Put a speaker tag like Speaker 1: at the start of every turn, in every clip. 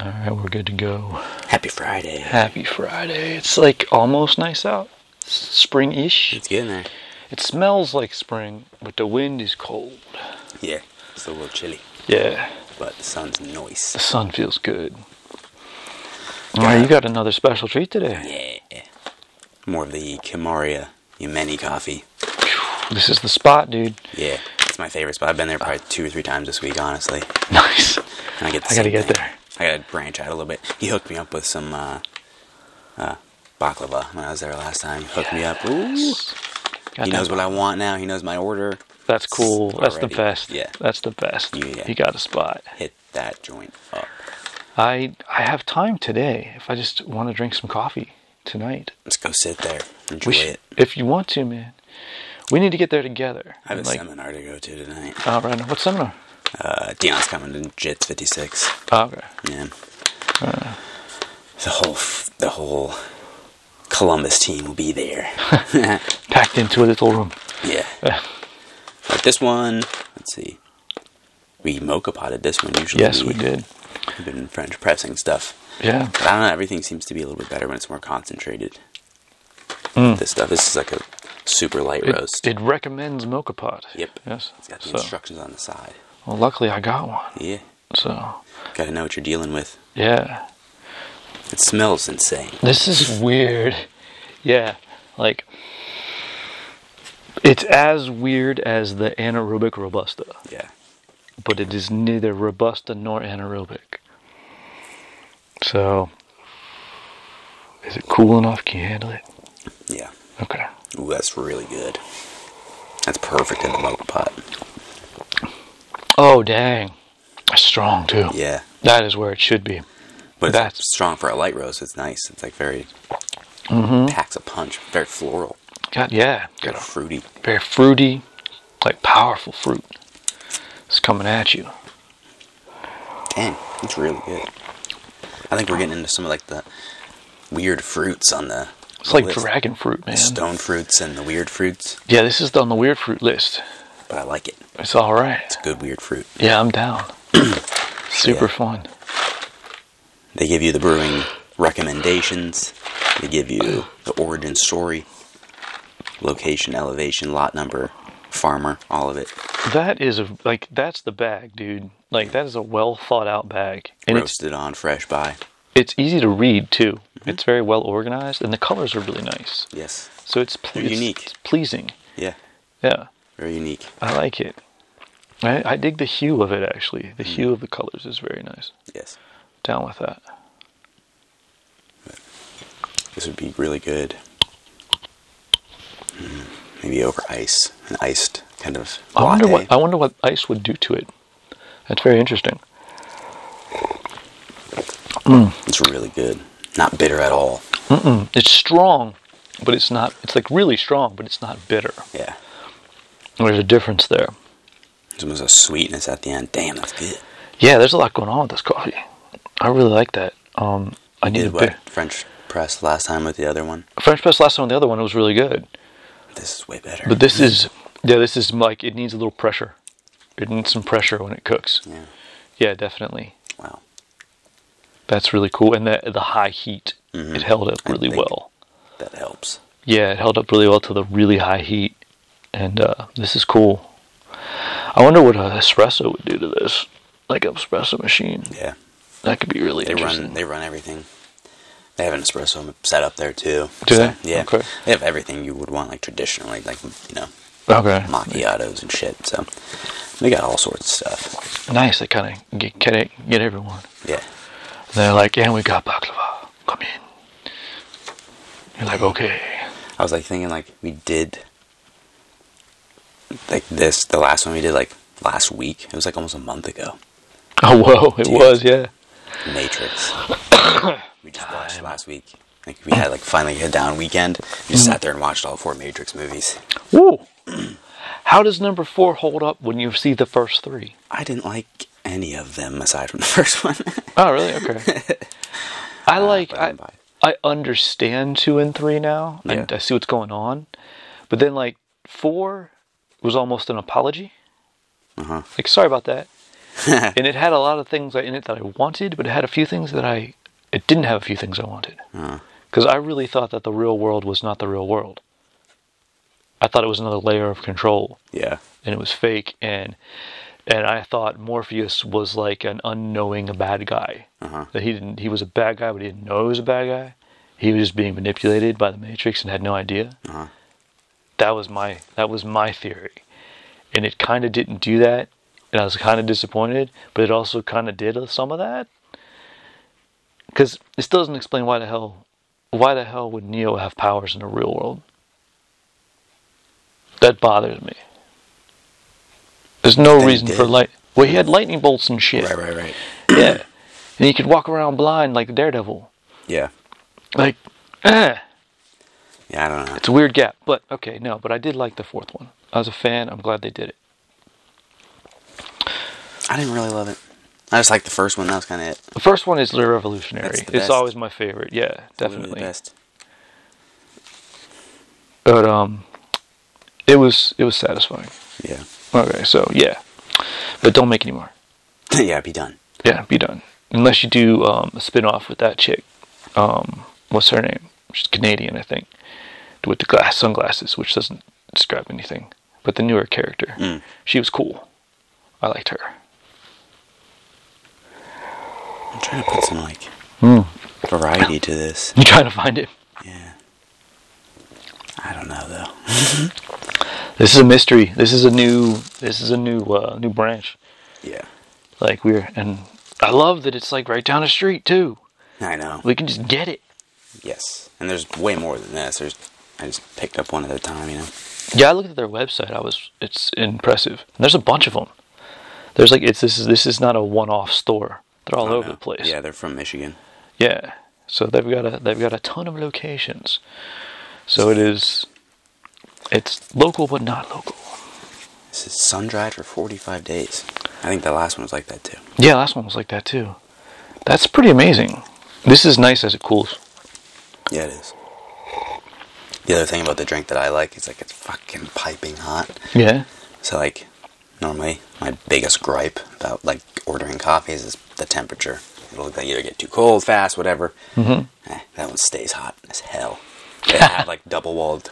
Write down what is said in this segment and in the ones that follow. Speaker 1: All right, we're good to go.
Speaker 2: Happy Friday.
Speaker 1: Happy Friday. It's like almost nice out. Spring ish.
Speaker 2: It's getting there.
Speaker 1: It smells like spring, but the wind is cold.
Speaker 2: Yeah, it's a little chilly,
Speaker 1: Yeah,
Speaker 2: but the sun's
Speaker 1: the
Speaker 2: nice.
Speaker 1: sun feels good. All right, you got another special treat today.
Speaker 2: Yeah. More of the Kimaria Yemeni coffee.
Speaker 1: This is the spot, dude.
Speaker 2: Yeah, it's my favorite spot. I've been there probably two or three times this week, honestly.
Speaker 1: Nice.
Speaker 2: And I get. The
Speaker 1: I gotta
Speaker 2: same
Speaker 1: get
Speaker 2: thing.
Speaker 1: there.
Speaker 2: I gotta branch out a little bit. He hooked me up with some uh, uh, baklava when I was there last time. He hooked me up. Ooh.
Speaker 1: God
Speaker 2: He
Speaker 1: damn.
Speaker 2: knows what I want now. He knows my order.
Speaker 1: That's cool. That's the
Speaker 2: already.
Speaker 1: best.
Speaker 2: Yeah.
Speaker 1: That's the best.
Speaker 2: Yeah.
Speaker 1: You got a spot.
Speaker 2: Hit that joint up.
Speaker 1: I I have time today if I just want to drink some coffee tonight.
Speaker 2: Let's go sit there. Enjoy
Speaker 1: We should,
Speaker 2: it.
Speaker 1: if you want to, man. We need to get there together.
Speaker 2: I have a
Speaker 1: And, like,
Speaker 2: seminar to go to tonight.
Speaker 1: Oh, right. What seminar?
Speaker 2: Uh, Dion's coming to Jits 56.
Speaker 1: Oh, okay.
Speaker 2: Yeah. the whole f- the whole Columbus team will be there.
Speaker 1: Packed into a little room.
Speaker 2: yeah. But this one, let's see. We mocha potted this one usually.
Speaker 1: Yes, we did.
Speaker 2: We've been French pressing stuff.
Speaker 1: Mm. Yeah.
Speaker 2: But I don't know, everything seems to be a little bit better when it's more concentrated. This stuff, this is like a super light
Speaker 1: Hmm. It,
Speaker 2: roast.
Speaker 1: it recommends mocha pot.
Speaker 2: Yep.
Speaker 1: Yes.
Speaker 2: It's got the
Speaker 1: So,
Speaker 2: instructions on the side.
Speaker 1: well, luckily I got one.
Speaker 2: Yeah.
Speaker 1: So,
Speaker 2: Gotta know what you're dealing with.
Speaker 1: yeah.
Speaker 2: It smells insane.
Speaker 1: This is weird. Yeah. Like, it's as weird as the anaerobic Robusta,
Speaker 2: Yeah.
Speaker 1: but it is neither Robusta nor anaerobic. So, is it cool enough? Can you handle it?
Speaker 2: Yeah.
Speaker 1: Okay.
Speaker 2: Ooh, that's really good. That's perfect in the mocha pot.
Speaker 1: Oh, dang. That's strong, too.
Speaker 2: Yeah.
Speaker 1: That is where it should be.
Speaker 2: But
Speaker 1: That's-
Speaker 2: it's strong for a light roast. It's nice. It's like very
Speaker 1: Mm-hmm.
Speaker 2: packs a punch. Very floral.
Speaker 1: God, yeah.
Speaker 2: Very
Speaker 1: Got a
Speaker 2: fruity.
Speaker 1: very fruity, like powerful fruit. It's coming at you.
Speaker 2: Dang, it's really good. I think we're getting into some of like the weird fruits on the.
Speaker 1: It's like
Speaker 2: list.
Speaker 1: dragon fruit, man.
Speaker 2: Stone fruits and the weird fruits,
Speaker 1: Yeah, this is on the weird fruit list.
Speaker 2: but I like it.
Speaker 1: It's all right.
Speaker 2: Good weird fruit.
Speaker 1: Yeah, I'm down. Super
Speaker 2: Yeah.
Speaker 1: fun.
Speaker 2: They give you the brewing recommendations. They give you the origin story, location, elevation, lot number, farmer, all of it.
Speaker 1: That is a like that's the bag, dude. Like that is a well thought out bag, and it's
Speaker 2: Roasted on fresh by.
Speaker 1: it's easy to read too.
Speaker 2: Mm-hmm.
Speaker 1: It's very well organized, and the colors are really nice.
Speaker 2: Yes.
Speaker 1: So it's, ple-
Speaker 2: They're
Speaker 1: it's-
Speaker 2: unique.
Speaker 1: it's pleasing.
Speaker 2: Yeah.
Speaker 1: Yeah.
Speaker 2: Very unique.
Speaker 1: I like it. I, I dig the hue of it actually. The hue of the colors is very nice.
Speaker 2: Yes.
Speaker 1: Down with that.
Speaker 2: This would be really good. Mm, Maybe over ice, an iced kind of
Speaker 1: I wonder
Speaker 2: latte.
Speaker 1: what I wonder what ice would do to it. That's very interesting.
Speaker 2: It's really good. Not bitter at all.
Speaker 1: It's strong, but it's not. It's like really strong, but it's not bitter.
Speaker 2: Yeah.
Speaker 1: There's a difference there.
Speaker 2: There's almost a sweetness at the end. Damn, that's good.
Speaker 1: Yeah, there's a lot going on with this coffee. I really like that. Um, I need a
Speaker 2: Did
Speaker 1: bit.
Speaker 2: what French press last time with the other one.
Speaker 1: French press last time. The other one was really good,
Speaker 2: This is way better.
Speaker 1: but this is yeah. This is like it needs a little pressure. It needs some pressure when it cooks.
Speaker 2: Yeah.
Speaker 1: Yeah, definitely.
Speaker 2: Wow.
Speaker 1: That's really cool. And the the high heat, it held up really
Speaker 2: Mm-hmm. think-
Speaker 1: well.
Speaker 2: That helps.
Speaker 1: Yeah, it held up really well to the really high heat, and uh, this is cool. I wonder what an espresso would do to this, like an espresso machine.
Speaker 2: Yeah.
Speaker 1: That could be really
Speaker 2: They
Speaker 1: interesting.
Speaker 2: run they run everything. They have an espresso set up there too.
Speaker 1: Do they?
Speaker 2: Yeah.
Speaker 1: Okay.
Speaker 2: They have everything you would want, like traditionally, like you know,
Speaker 1: okay,
Speaker 2: macchiatos and shit. So they got all sorts of stuff.
Speaker 1: nice. They kind of get get, it, get everyone.
Speaker 2: Yeah.
Speaker 1: And they're like, "Yeah, we got baklava. Come in." You're like, "Okay."
Speaker 2: I was like thinking like we did like this the last one we did like last week. It was like almost a month ago.
Speaker 1: Oh, whoa! It
Speaker 2: Dude.
Speaker 1: was, yeah.
Speaker 2: Matrix. we just watched last week. Like we had like finally a down weekend. We
Speaker 1: Mm.
Speaker 2: just sat there and watched all four Matrix movies.
Speaker 1: Woo! How does number four hold up when you see the first three?
Speaker 2: I didn't like any of them aside from the first one.
Speaker 1: Oh, really? Okay. I like
Speaker 2: Uh, but
Speaker 1: I,
Speaker 2: I'm bi-
Speaker 1: I understand two and three now.
Speaker 2: Yeah.
Speaker 1: I, I see what's going on, but then like four was almost an apology.
Speaker 2: Uh-huh.
Speaker 1: Like sorry about that, and it had a lot of things in it that I wanted, but it had a few things that I it didn't have a few things I wanted.
Speaker 2: Uh-huh.
Speaker 1: Because I really thought that the real world was not the real world. I thought it was another layer of control,
Speaker 2: Yeah.
Speaker 1: and it was fake. And and I thought Morpheus was like an unknowing bad guy.
Speaker 2: Uh-huh.
Speaker 1: That he didn't he was a bad guy, but he didn't know he was a bad guy. He was just being manipulated by the Matrix and had no idea.
Speaker 2: Uh-huh.
Speaker 1: That was my that was my theory, and it kind of didn't do that. And I was kind of disappointed, but it also kind of did some of that. Because it still doesn't explain why the hell, why the hell would Neo have powers in the real world? That bothers me. There's no
Speaker 2: Then he
Speaker 1: reason for
Speaker 2: did.
Speaker 1: light. Well, he had lightning bolts and shit.
Speaker 2: Right, right, right.
Speaker 1: Yeah, and he could walk around blind like Daredevil.
Speaker 2: Yeah.
Speaker 1: Like, eh.
Speaker 2: Yeah, I don't know.
Speaker 1: It's a weird gap, but okay, no, but I did like the fourth one. I was a fan. I'm glad they did it.
Speaker 2: I didn't really love it. I just liked the first one. That was kind of it.
Speaker 1: The first one is literally revolutionary.
Speaker 2: That's the
Speaker 1: It's
Speaker 2: best.
Speaker 1: always my favorite. Yeah,
Speaker 2: Literally
Speaker 1: definitely.
Speaker 2: The best.
Speaker 1: But um, it was it was satisfying.
Speaker 2: Yeah.
Speaker 1: Okay, so yeah, but don't make any more.
Speaker 2: yeah, be done.
Speaker 1: Yeah, be done. Unless you do um, a spin off with that chick. Um, what's her name? She's Canadian, I think. With the glass sunglasses, which doesn't describe anything. But the newer character,
Speaker 2: Mm.
Speaker 1: she was cool. I liked her.
Speaker 2: I'm trying to put some like
Speaker 1: Hmm.
Speaker 2: variety to this.
Speaker 1: You trying to find it?
Speaker 2: Yeah. I don't know though.
Speaker 1: This is a mystery. This is a new. This is a new uh, new branch.
Speaker 2: Yeah.
Speaker 1: Like we're and I love that it's like right down the street too.
Speaker 2: I know.
Speaker 1: We can just get it.
Speaker 2: Yes. And there's way more than this. There's. I just picked up one at a time. You know.
Speaker 1: Yeah, I looked at their website. I was. It's impressive. And there's a bunch of them. There's like it's this is this is not a one-off store. They're all
Speaker 2: I don't
Speaker 1: over
Speaker 2: know.
Speaker 1: the place.
Speaker 2: Oh, Yeah, they're from Michigan.
Speaker 1: Yeah. So they've got a they've got a ton of locations. So it is. It's local but not local.
Speaker 2: This is sun dried for 45 days. I think the last one was like that too.
Speaker 1: Yeah, last one was like that too. That's pretty amazing. This is nice as it cools.
Speaker 2: Yeah, it is. The other thing about the drink that I like is like it's fucking piping hot.
Speaker 1: Yeah.
Speaker 2: So like, normally my biggest gripe about like ordering coffees is the temperature. It'll they either get too cold fast, whatever. Mm-hmm. Eh, that one stays hot as hell. They have like double walled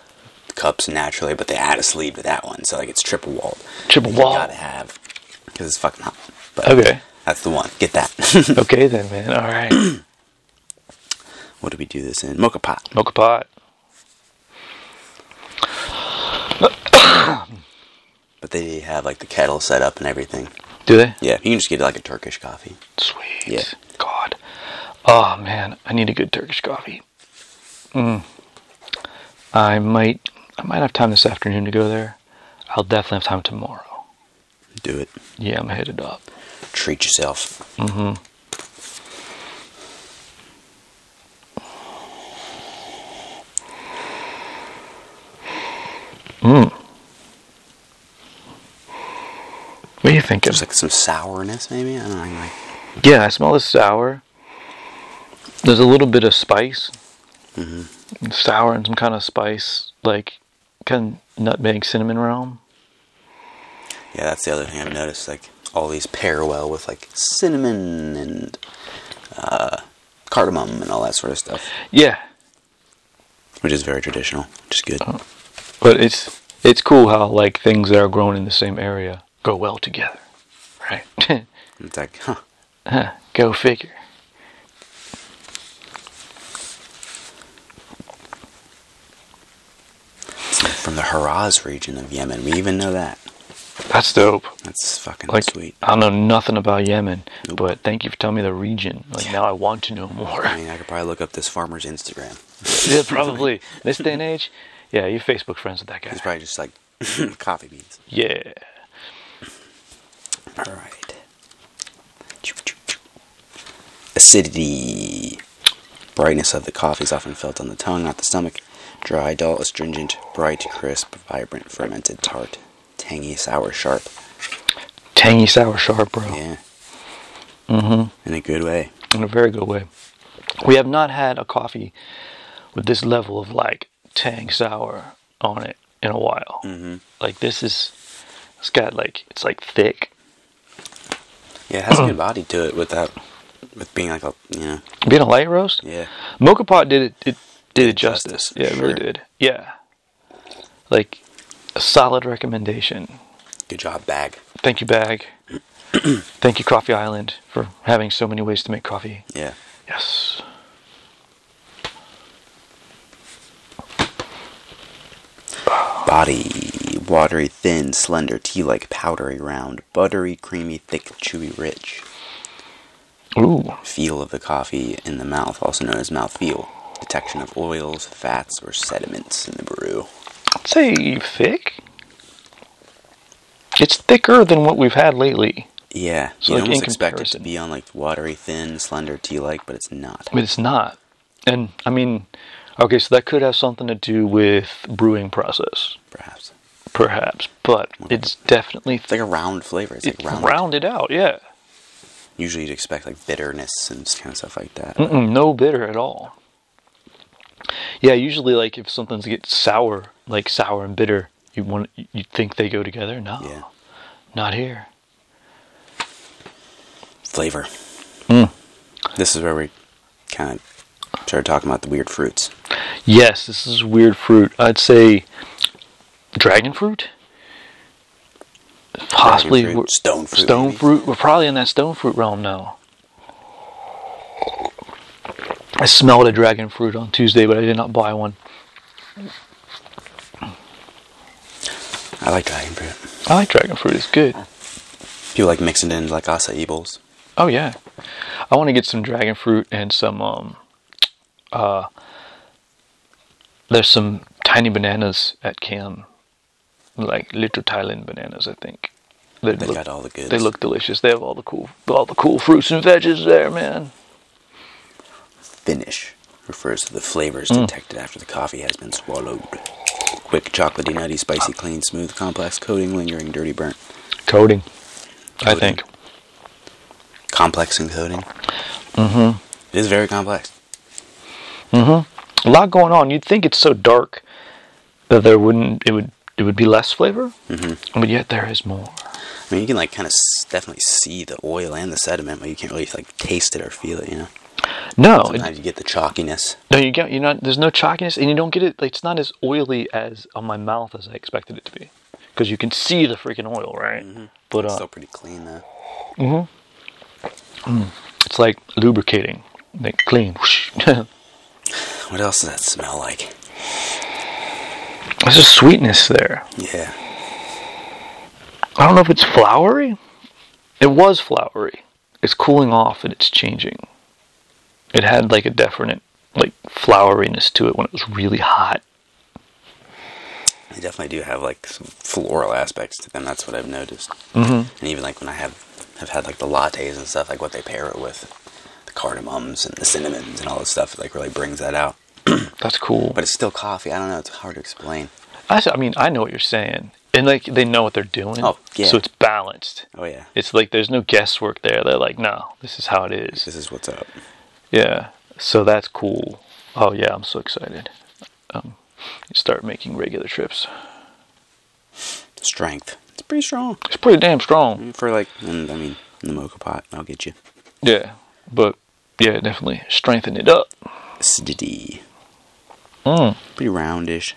Speaker 2: cups naturally, but they add a sleeve to that one, so like it's triple walled.
Speaker 1: Triple
Speaker 2: You
Speaker 1: walled.
Speaker 2: gotta have because it's fucking hot. But
Speaker 1: Okay.
Speaker 2: that's the one. Get that.
Speaker 1: Okay then, man. All right.
Speaker 2: what do we do this in? Mocha pot.
Speaker 1: Mocha pot.
Speaker 2: But they have like the kettle set up and everything.
Speaker 1: Do they?
Speaker 2: Yeah, you can just get like a Turkish coffee.
Speaker 1: Sweet.
Speaker 2: Yeah.
Speaker 1: God. Oh man, I need a good Turkish coffee. Mm. I might I might have time this afternoon to go there. I'll definitely have time tomorrow.
Speaker 2: Do it.
Speaker 1: Yeah, I'm headed up.
Speaker 2: Treat yourself.
Speaker 1: What are you thinking?
Speaker 2: There's like some sourness maybe. I don't know. Like,
Speaker 1: yeah, I smell the sour. There's a little bit of spice.
Speaker 2: Mm-hmm.
Speaker 1: Sour and some kind of spice, like kind of nutmeg cinnamon realm.
Speaker 2: yeah, that's the other thing I've noticed. Like all these pair well with like cinnamon and uh, cardamom and all that sort of stuff,
Speaker 1: Yeah,
Speaker 2: which is very traditional, which is good.
Speaker 1: But it's it's cool how like things that are grown in the same area go well together, right?
Speaker 2: It's like, huh?
Speaker 1: Huh, go figure.
Speaker 2: It's like from the Haraz region of Yemen. We even know that.
Speaker 1: That's dope.
Speaker 2: That's fucking
Speaker 1: Like
Speaker 2: sweet.
Speaker 1: I know nothing about Yemen,
Speaker 2: Nope.
Speaker 1: but thank you for telling me the region. Like now I want to know more.
Speaker 2: I mean, I could probably look up this farmer's Instagram.
Speaker 1: yeah, probably this day and age. Yeah, you're Facebook friends with that guy.
Speaker 2: It's probably just like coffee beans.
Speaker 1: Yeah.
Speaker 2: All right. Acidity. Brightness of the coffee is often felt on the tongue, not the stomach. Dry, dull, astringent, bright, crisp, vibrant, fermented, tart, tangy, sour, sharp.
Speaker 1: Tangy, sour, sharp, bro.
Speaker 2: Yeah. Mm-hmm. In a good way.
Speaker 1: in a very good way. We have not had a coffee with this level of like tang sour on it in a while. Mm-hmm. Like this is, it's got like it's like thick.
Speaker 2: Yeah, it has a good body to it without with being like a you know
Speaker 1: Being a light roast,
Speaker 2: yeah
Speaker 1: Mocha Pot did it, it did it justice.
Speaker 2: justice,
Speaker 1: Yeah, it really
Speaker 2: sure.
Speaker 1: did. Yeah, like a solid recommendation.
Speaker 2: good job bag.
Speaker 1: Thank you, Bag. Thank you, Coffee Island, for having so many ways to make coffee.
Speaker 2: Yeah,
Speaker 1: Yes.
Speaker 2: body watery, thin, slender, tea-like, powdery, round, buttery, creamy, thick, chewy, rich.
Speaker 1: Ooh.
Speaker 2: Feel of the coffee in the mouth, also known as mouth feel. Detection of oils, fats, or sediments in the brew.
Speaker 1: I'd say thick. It's thicker than what we've had lately,
Speaker 2: Yeah,
Speaker 1: So,
Speaker 2: you
Speaker 1: like, in
Speaker 2: almost expect it to
Speaker 1: comparison.
Speaker 2: be on like watery, thin, slender, tea-like, but it's not.
Speaker 1: but it's not. And I mean, okay, so that could have something to do with brewing process,
Speaker 2: Perhaps
Speaker 1: perhaps, but it's definitely
Speaker 2: it's like a round flavor. It's like
Speaker 1: it's
Speaker 2: round.
Speaker 1: rounded out. Yeah,
Speaker 2: Usually, you'd expect like bitterness and kind of stuff like that.
Speaker 1: Mm-mm, no bitter at all. Yeah, usually like if something's gets sour, like sour and bitter, you want you think they go together. No,
Speaker 2: Yeah,
Speaker 1: not here.
Speaker 2: flavor.
Speaker 1: Mm.
Speaker 2: This is where we kind of started talking about the weird fruits.
Speaker 1: Yes, this is weird fruit. I'd say dragon fruit. Possibly
Speaker 2: fruit,
Speaker 1: we're-
Speaker 2: stone fruit,
Speaker 1: Stone
Speaker 2: maybe.
Speaker 1: fruit. We're probably in that stone fruit realm now. I smelled a dragon fruit on Tuesday, but I did not buy one.
Speaker 2: I like dragon fruit.
Speaker 1: I like dragon fruit. It's good.
Speaker 2: People like mixing it in like acai bowls.
Speaker 1: Oh yeah, I want to get some dragon fruit and some um, uh, there's some tiny bananas at Cam, like little Thailand bananas, I think. They,
Speaker 2: They
Speaker 1: look,
Speaker 2: got all the goods.
Speaker 1: they look delicious. They have all the cool, all the cool fruits and veggies there, man.
Speaker 2: finish refers to the flavors
Speaker 1: Hmm.
Speaker 2: detected after the coffee has been swallowed. Quick, chocolatey, nutty, spicy, clean, smooth, complex, coating, lingering, dirty, burnt.
Speaker 1: Coating, I
Speaker 2: Coating.
Speaker 1: think.
Speaker 2: Complex and coating. Mm-hmm. It is very complex.
Speaker 1: A lot going on. You'd think it's so dark that there wouldn't, it would, it would be less flavor, mm-hmm. but yet there is more.
Speaker 2: I mean, you can like kind of s- definitely see the oil and the sediment, but you can't really like taste it or feel it. You know,
Speaker 1: No, it-
Speaker 2: sometimes you get the chalkiness.
Speaker 1: No, you get you're not. There's no chalkiness, and you don't get it. Like, it's not as oily as on my mouth as I expected it to be, because you can see the freaking oil, right? But
Speaker 2: It's
Speaker 1: uh,
Speaker 2: still pretty clean though.
Speaker 1: it's like lubricating, like clean. Whoosh. there's
Speaker 2: What else does that smell like?
Speaker 1: a sweetness there.
Speaker 2: Yeah,
Speaker 1: I don't know if it's flowery. It was flowery. It's cooling off and it's changing. It had like a definite like floweriness to it when it was really hot.
Speaker 2: they definitely do have like some floral aspects to them. That's what I've noticed.
Speaker 1: Mm-hmm.
Speaker 2: And even like when I have have had like the lattes and stuff, like what they pair it with, the cardamoms and the cinnamons and all this stuff, like really brings that out.
Speaker 1: That's cool.
Speaker 2: But it's still coffee. I don't know. It's hard to explain.
Speaker 1: I, s- I mean, I know what you're saying, and like they know what they're doing.
Speaker 2: Oh, yeah.
Speaker 1: So it's balanced.
Speaker 2: Oh yeah,
Speaker 1: It's like there's no guesswork there. They're like, no, this is how it is.
Speaker 2: this is what's up.
Speaker 1: Yeah. So that's cool. Oh yeah, I'm so excited. Um, start making regular trips.
Speaker 2: Strength. It's pretty strong
Speaker 1: It's pretty damn strong.
Speaker 2: for like. And I mean, the mocha pot. I'll get you.
Speaker 1: Yeah. But yeah, definitely strengthen it up.
Speaker 2: Acidity.
Speaker 1: Mm.
Speaker 2: Pretty roundish.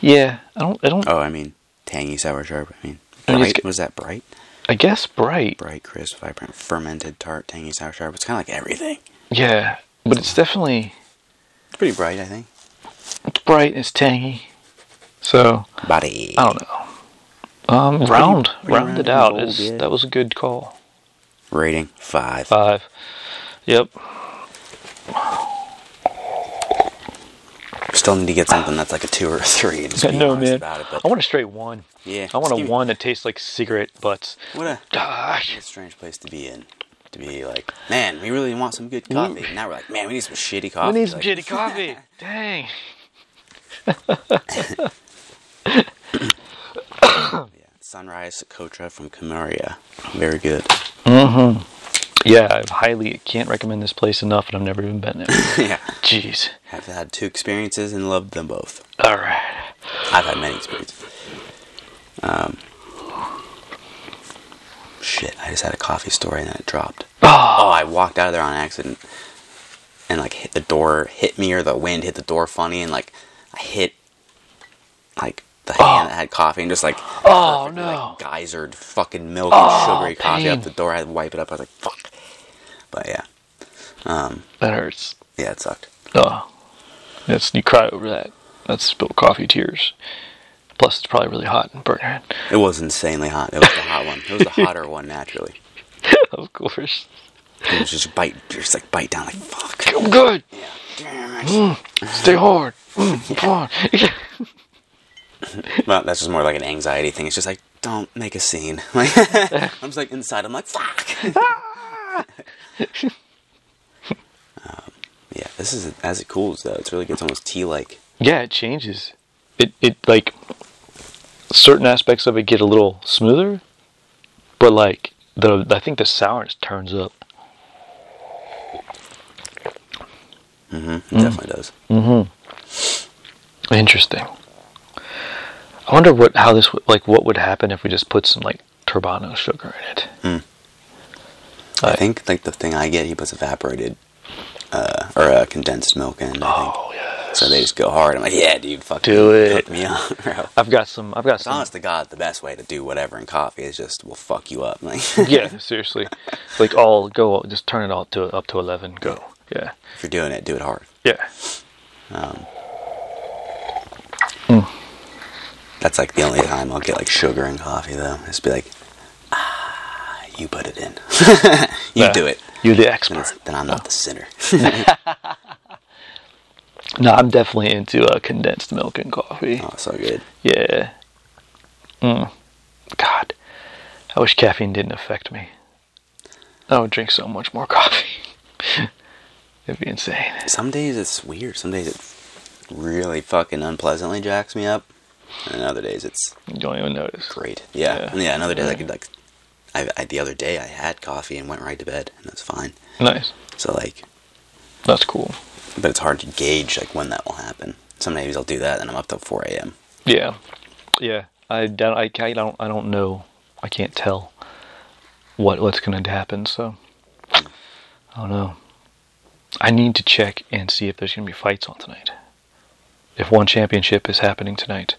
Speaker 1: Yeah. I don't. I don't.
Speaker 2: Oh, I mean, tangy, sour, sharp. I mean,
Speaker 1: And it's
Speaker 2: bright.
Speaker 1: g-
Speaker 2: was that bright?
Speaker 1: I guess bright.
Speaker 2: Bright, crisp, vibrant, fermented, tart, tangy, sour, sharp. It's kind of like everything.
Speaker 1: Yeah. But it's definitely
Speaker 2: It's pretty bright, I think.
Speaker 1: it's bright. and It's tangy. So
Speaker 2: Body.
Speaker 1: I don't know. Um, round,
Speaker 2: pretty
Speaker 1: rounded
Speaker 2: round,
Speaker 1: out
Speaker 2: bold,
Speaker 1: is
Speaker 2: yeah.
Speaker 1: that was a good call.
Speaker 2: Rating five.
Speaker 1: Five. Yep.
Speaker 2: Still need to get something that's like a two or a three. And just be
Speaker 1: no
Speaker 2: honest
Speaker 1: man.
Speaker 2: About it, but
Speaker 1: I want a straight one.
Speaker 2: Yeah.
Speaker 1: I want
Speaker 2: Just
Speaker 1: a
Speaker 2: give me-
Speaker 1: one that tastes like cigarette butts.
Speaker 2: What a
Speaker 1: Gosh.
Speaker 2: strange place to be in. To be like, man, we really want some good coffee. And now we're like, man, we need some shitty coffee.
Speaker 1: Mm. We need some
Speaker 2: Like,
Speaker 1: shitty coffee. Dang.
Speaker 2: Oh, yeah. Sunrise Kotra from Camarilla. Very good.
Speaker 1: Yeah, I highly can't recommend this place enough, and I've never even been there.
Speaker 2: yeah.
Speaker 1: Jeez.
Speaker 2: Have had two experiences and loved them both.
Speaker 1: All right.
Speaker 2: I've had many experiences. Um, shit, I just had a coffee story and then it dropped.
Speaker 1: Ah,
Speaker 2: Oh, I walked out of there on accident and like hit the door, hit me or the wind hit the door funny and like I hit like the hand that had coffee and just like
Speaker 1: Oh,
Speaker 2: perfectly,
Speaker 1: Ah. no.
Speaker 2: like geysered fucking milk
Speaker 1: Oh,
Speaker 2: and sugary coffee
Speaker 1: pain.
Speaker 2: up the door. I had to wipe it up. I was like, fuck. But yeah,
Speaker 1: that hurts.
Speaker 2: yeah, it sucked.
Speaker 1: Oh, that's you cry over that. That's spilled coffee tears. Plus, it's probably really hot and burn your hand.
Speaker 2: It was insanely hot. It was the hot one. It was the hotter one naturally.
Speaker 1: of course,
Speaker 2: It was just bite, just like bite down, like fuck.
Speaker 1: I'm good.
Speaker 2: Damn it.
Speaker 1: Stay hard. Mm, come on.
Speaker 2: Well, that's just more like an anxiety thing. It's just like don't make a scene. Like I'm just like inside. I'm like fuck. um, Um, yeah, this is as it cools though. It's really good. It's almost tea like.
Speaker 1: yeah, it changes. It it like certain aspects of it get a little smoother, but like the I think the sourness turns up.
Speaker 2: It
Speaker 1: Mm.
Speaker 2: definitely does.
Speaker 1: Interesting. I wonder what how this would like what would happen if we just put some like turbano sugar in it.
Speaker 2: I think like the thing I get, he puts evaporated uh, or uh, condensed milk in. I think.
Speaker 1: Oh yeah.
Speaker 2: So they just go hard. I'm like, yeah, dude, fuck
Speaker 1: Do it.
Speaker 2: me up, bro.
Speaker 1: I've got some. I've got
Speaker 2: It's
Speaker 1: some.
Speaker 2: honest to God, the best way to do whatever in coffee is just will fuck you up. Like
Speaker 1: Yeah, seriously. Like all go just turn it all to up to eleven. Go. Yeah.
Speaker 2: if you're doing it, do it hard.
Speaker 1: Yeah.
Speaker 2: That's like the only time I'll get like sugar in coffee though. Just be like, ah, you put it in. you
Speaker 1: Yeah.
Speaker 2: do it.
Speaker 1: You're the
Speaker 2: Then, it's,
Speaker 1: expert.
Speaker 2: then I'm not the sinner.
Speaker 1: No, I'm definitely into uh, condensed milk and coffee.
Speaker 2: oh, so good.
Speaker 1: Yeah. Mm. God, I wish caffeine didn't affect me. I would drink so much more coffee. It'd be insane.
Speaker 2: Some days it's weird. Some days it really fucking unpleasantly jacks me up. And other days it's
Speaker 1: You don't even notice.
Speaker 2: great. Yeah.
Speaker 1: Yeah.
Speaker 2: Yeah. another day I
Speaker 1: Right.
Speaker 2: could like, I, I the other day I had coffee and went right to bed and that's fine.
Speaker 1: Nice.
Speaker 2: So like,
Speaker 1: That's cool.
Speaker 2: but it's hard to gauge like when that will happen. Some days I'll do that and I'm up till 4 a.m.
Speaker 1: Yeah. Yeah. I don't. I, ca- I don't. I don't know. I can't tell what what's going to happen. So I don't know. I need to check and see if there's going to be fights on tonight. If one championship is happening tonight,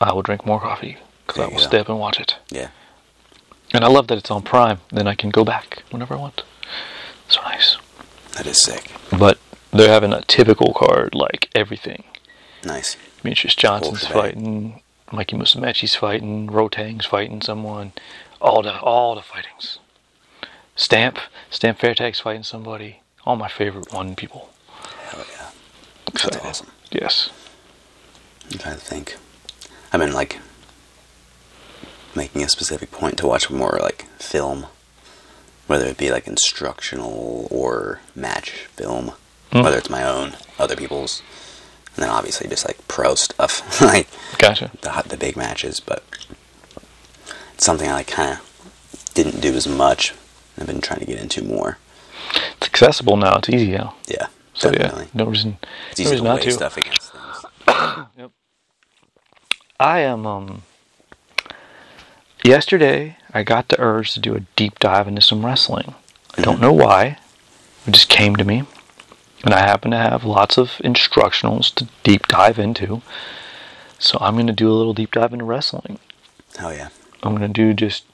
Speaker 1: I will drink more coffee because
Speaker 2: There
Speaker 1: I
Speaker 2: you
Speaker 1: will
Speaker 2: go.
Speaker 1: stay up and watch it.
Speaker 2: Yeah.
Speaker 1: And I love that it's on Prime. Then I can go back whenever I want. So nice.
Speaker 2: That is sick.
Speaker 1: But they're having a typical card, like everything.
Speaker 2: Nice.
Speaker 1: Demetrius Johnson's
Speaker 2: Whole shebang.
Speaker 1: fighting, Mikey Musumeci's fighting, Rotang's fighting someone, all the all the fightings. Stamp, Stamp Fairtag's fighting somebody. All my favorite one people.
Speaker 2: Hell yeah.
Speaker 1: So,
Speaker 2: That's awesome.
Speaker 1: Yes.
Speaker 2: I'm trying to think. I've been like making a specific point to watch more like film, whether it be like instructional or match film,
Speaker 1: Hmm.
Speaker 2: whether it's my own, other people's, and then obviously just like pro stuff, like
Speaker 1: Gotcha.
Speaker 2: the hot- the big matches. But it's something I like kind of didn't do as much. and I've been trying to get into more.
Speaker 1: It's accessible now. It's easy now.
Speaker 2: Yeah,
Speaker 1: So
Speaker 2: definitely.
Speaker 1: yeah, no reason.
Speaker 2: It's
Speaker 1: no
Speaker 2: easy
Speaker 1: reason
Speaker 2: to
Speaker 1: not
Speaker 2: weigh
Speaker 1: to.
Speaker 2: stuff against things.
Speaker 1: I am. Um, yesterday, I got the urge to do a deep dive into some wrestling. I don't know why. It just came to me. And I happen to have lots of instructionals to deep dive into. So I'm going to do a little deep dive into wrestling.
Speaker 2: Oh yeah.
Speaker 1: I'm going to do just.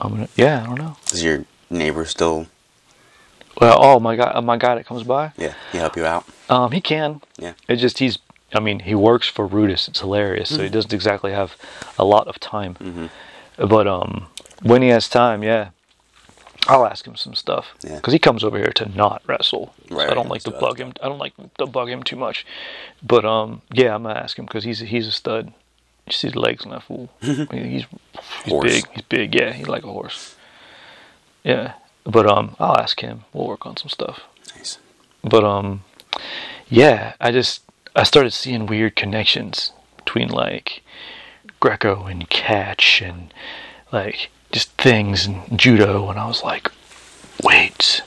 Speaker 1: I'm going to. Yeah, I don't know.
Speaker 2: Is your neighbor still?
Speaker 1: Well, oh, my guy, my guy that comes by,
Speaker 2: Yeah, he help you out.
Speaker 1: um, he can.
Speaker 2: Yeah.
Speaker 1: It just he's. I mean, he works for Rudis. It's hilarious.
Speaker 2: Mm-hmm.
Speaker 1: So he doesn't exactly have a lot of time. But um, when he has time, yeah, I'll ask him some stuff.
Speaker 2: Yeah.
Speaker 1: Because he comes over here to not wrestle. So
Speaker 2: Right,
Speaker 1: I don't
Speaker 2: right,
Speaker 1: like to
Speaker 2: so that's
Speaker 1: bug him. I don't like to bug him too much. But um, yeah, I'm gonna ask him because he's he's a stud. You see the legs on that fool. He- he's he's
Speaker 2: Horse.
Speaker 1: big. He's big. Yeah, he's like a horse. Yeah. But um, I'll ask him. We'll work on some stuff
Speaker 2: Nice.
Speaker 1: but um yeah i just i started seeing weird connections between like greco and catch and like just things and judo and i was like wait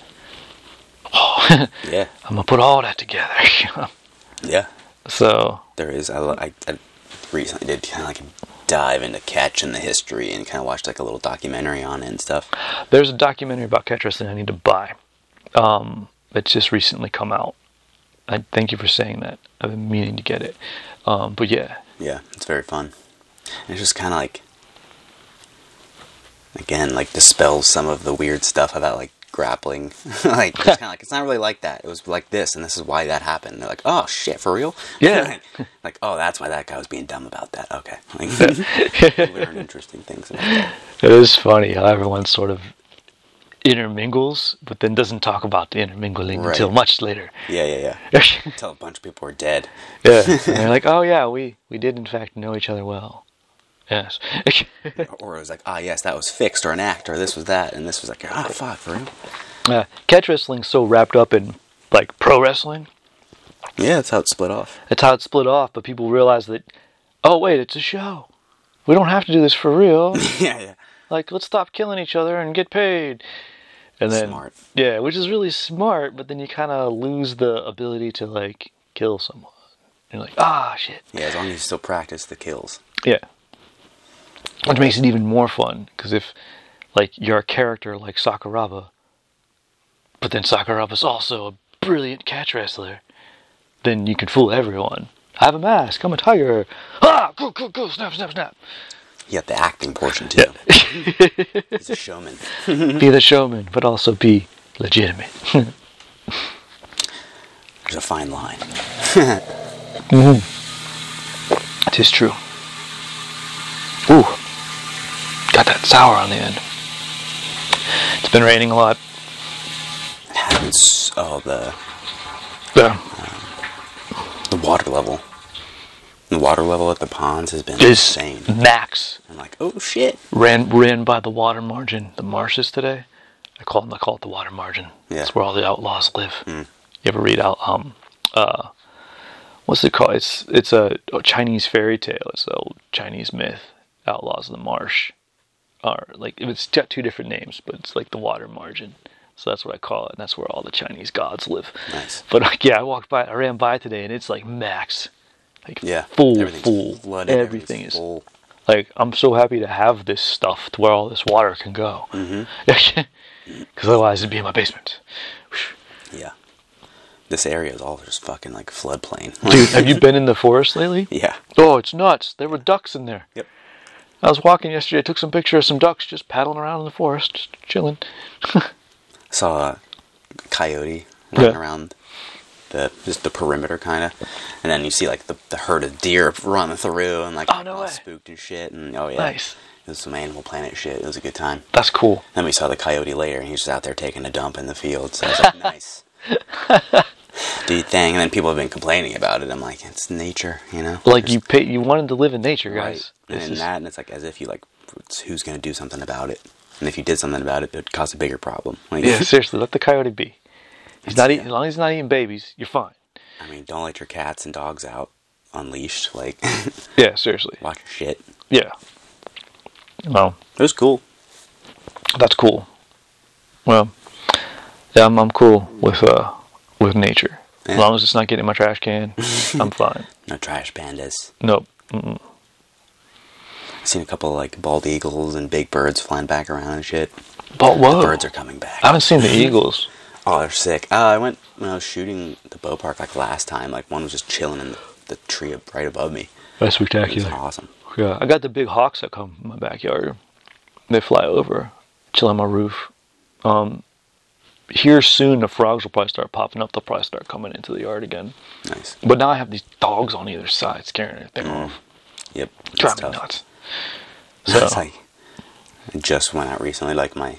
Speaker 1: oh,
Speaker 2: Yeah,
Speaker 1: i'm gonna put all that together
Speaker 2: yeah.
Speaker 1: so
Speaker 2: There is. I, lo- I, I recently did kind of like a dive into catch and the history and kind of watched like a little documentary on it and stuff.
Speaker 1: There's a documentary about catch wrestling I need to buy. Um, that's just recently come out. I thank you for saying that. I've been meaning to get it. Um, but yeah,
Speaker 2: Yeah, it's very fun. And it's just kind of like, again, like dispels some of the weird stuff about like grappling. like it's kind of like it's not really like that. It was like this, and this is why that happened. They're like, oh shit, for real?
Speaker 1: Yeah.
Speaker 2: like, oh, that's why that guy was being dumb about that. Okay. Like, learn interesting things. About that.
Speaker 1: it is funny how everyone sort of intermingles, but then doesn't talk about the intermingling
Speaker 2: Right.
Speaker 1: until much later.
Speaker 2: Yeah, yeah, yeah.
Speaker 1: yeah,
Speaker 2: Until a bunch of people are dead.
Speaker 1: and they're like, oh yeah, we we did in fact know each other well. Yes.
Speaker 2: Or it was like, ah, yes, that was fixed, or an act, or this was that, and this was like, ah, fuck, for real?
Speaker 1: uh, catch wrestling's so wrapped up in like pro wrestling
Speaker 2: Yeah, that's how it split off.
Speaker 1: That's how it split off, but people realize that, oh, wait, it's a show. We don't have to do this for real.
Speaker 2: yeah, yeah.
Speaker 1: like, let's stop killing each other and get paid. And then,
Speaker 2: Smart.
Speaker 1: yeah, which is really smart, but then you kind of lose the ability to, like, kill someone. You're like, ah, shit.
Speaker 2: Yeah, as long as you still practice the kills.
Speaker 1: Yeah. Which makes it even more fun, because if, like, you're a character like Sakuraba, but then Sakuraba's also a brilliant catch wrestler, then you can fool everyone. I have a mask, I'm a tiger. Ah, go, go, go, snap, snap, snap.
Speaker 2: You got the acting portion too. He's a showman.
Speaker 1: be the showman, but also be legitimate.
Speaker 2: There's a fine line.
Speaker 1: it is true. Ooh, got that sour on the end. It's been raining a lot.
Speaker 2: It happens. Oh, the
Speaker 1: Yeah.
Speaker 2: the water level. The water level at the ponds has been
Speaker 1: This
Speaker 2: insane.
Speaker 1: max
Speaker 2: I'm like, oh shit.
Speaker 1: ran ran by the water margin, the marshes today. I call them, I call it the water margin.
Speaker 2: Yeah. Hmm.
Speaker 1: That's where all the outlaws live. You ever read out um uh what's it called? It's it's a, a Chinese fairy tale. It's an old Chinese myth. Outlaws of the marsh are like it's got two different names, but it's like the water margin. So that's what I call it, and that's where all the Chinese gods live.
Speaker 2: Nice.
Speaker 1: But like, yeah, I walked by, I ran by today, and it's like max, like
Speaker 2: Yeah.
Speaker 1: full,
Speaker 2: Everything's
Speaker 1: full.
Speaker 2: flooded,
Speaker 1: Everything
Speaker 2: everything's
Speaker 1: is
Speaker 2: full.
Speaker 1: like I'm so happy to have this stuff to where all this water can go. Because
Speaker 2: Mm-hmm.
Speaker 1: otherwise it'd be in my basement.
Speaker 2: Yeah. This area is all just fucking like floodplain.
Speaker 1: Dude, have you been in the forest lately?
Speaker 2: yeah.
Speaker 1: Oh, it's nuts. There were ducks in there.
Speaker 2: Yep.
Speaker 1: I was walking yesterday, I took some picture of some ducks just paddling around in the forest, just chilling.
Speaker 2: saw a coyote running
Speaker 1: Yeah.
Speaker 2: around the just the perimeter kind of, and then you see like the, the herd of deer running through and like
Speaker 1: Oh, no
Speaker 2: all
Speaker 1: way.
Speaker 2: spooked and shit and oh yeah,
Speaker 1: Nice.
Speaker 2: It was some Animal Planet shit. It was a good time.
Speaker 1: That's cool.
Speaker 2: Then we saw the coyote later, and he was just out there taking a dump in the field. So I was like, nice. Dude, thing. And then people have been complaining about it. I'm like, it's nature, you know.
Speaker 1: Like you pay, you wanted to live in nature, guys.
Speaker 2: And
Speaker 1: This
Speaker 2: then
Speaker 1: is-
Speaker 2: that, and it's like as if you like, it's who's gonna do something about it? And if you did something about it, it'd cause a bigger problem. Like,
Speaker 1: yeah, seriously, let the coyote be. He's not eating,
Speaker 2: yeah.
Speaker 1: as long as he's not eating babies, you're fine.
Speaker 2: I mean, don't let your cats and dogs out unleashed. Like,
Speaker 1: Yeah, seriously.
Speaker 2: watch your shit. It
Speaker 1: Yeah. Well,
Speaker 2: was cool.
Speaker 1: that's cool. Well, yeah, I'm, I'm cool with uh with nature. As
Speaker 2: Yeah.
Speaker 1: long as it's not getting in my trash can, I'm fine.
Speaker 2: No trash pandas.
Speaker 1: Nope. Mm-mm.
Speaker 2: I've seen a couple of, like bald eagles and big birds flying back around and shit.
Speaker 1: But whoa,
Speaker 2: The birds are coming back.
Speaker 1: Oh. I haven't seen the eagles.
Speaker 2: Oh, they're sick. Uh, I went when I was shooting the bow park like last time. Like one was just chilling in the, the tree up, right above me.
Speaker 1: That's
Speaker 2: It was
Speaker 1: spectacular.
Speaker 2: awesome.
Speaker 1: Yeah, I got the big hawks that come in my backyard. They fly over, chill on my roof. Um, here soon, the frogs will probably start popping up. They'll probably start coming into the yard again.
Speaker 2: Nice.
Speaker 1: But now I have these dogs on either side scaring everything off.
Speaker 2: Yep. it's
Speaker 1: Drive me
Speaker 2: Mm, tough.
Speaker 1: nuts.
Speaker 2: It's
Speaker 1: So-
Speaker 2: like I just went out recently. Like my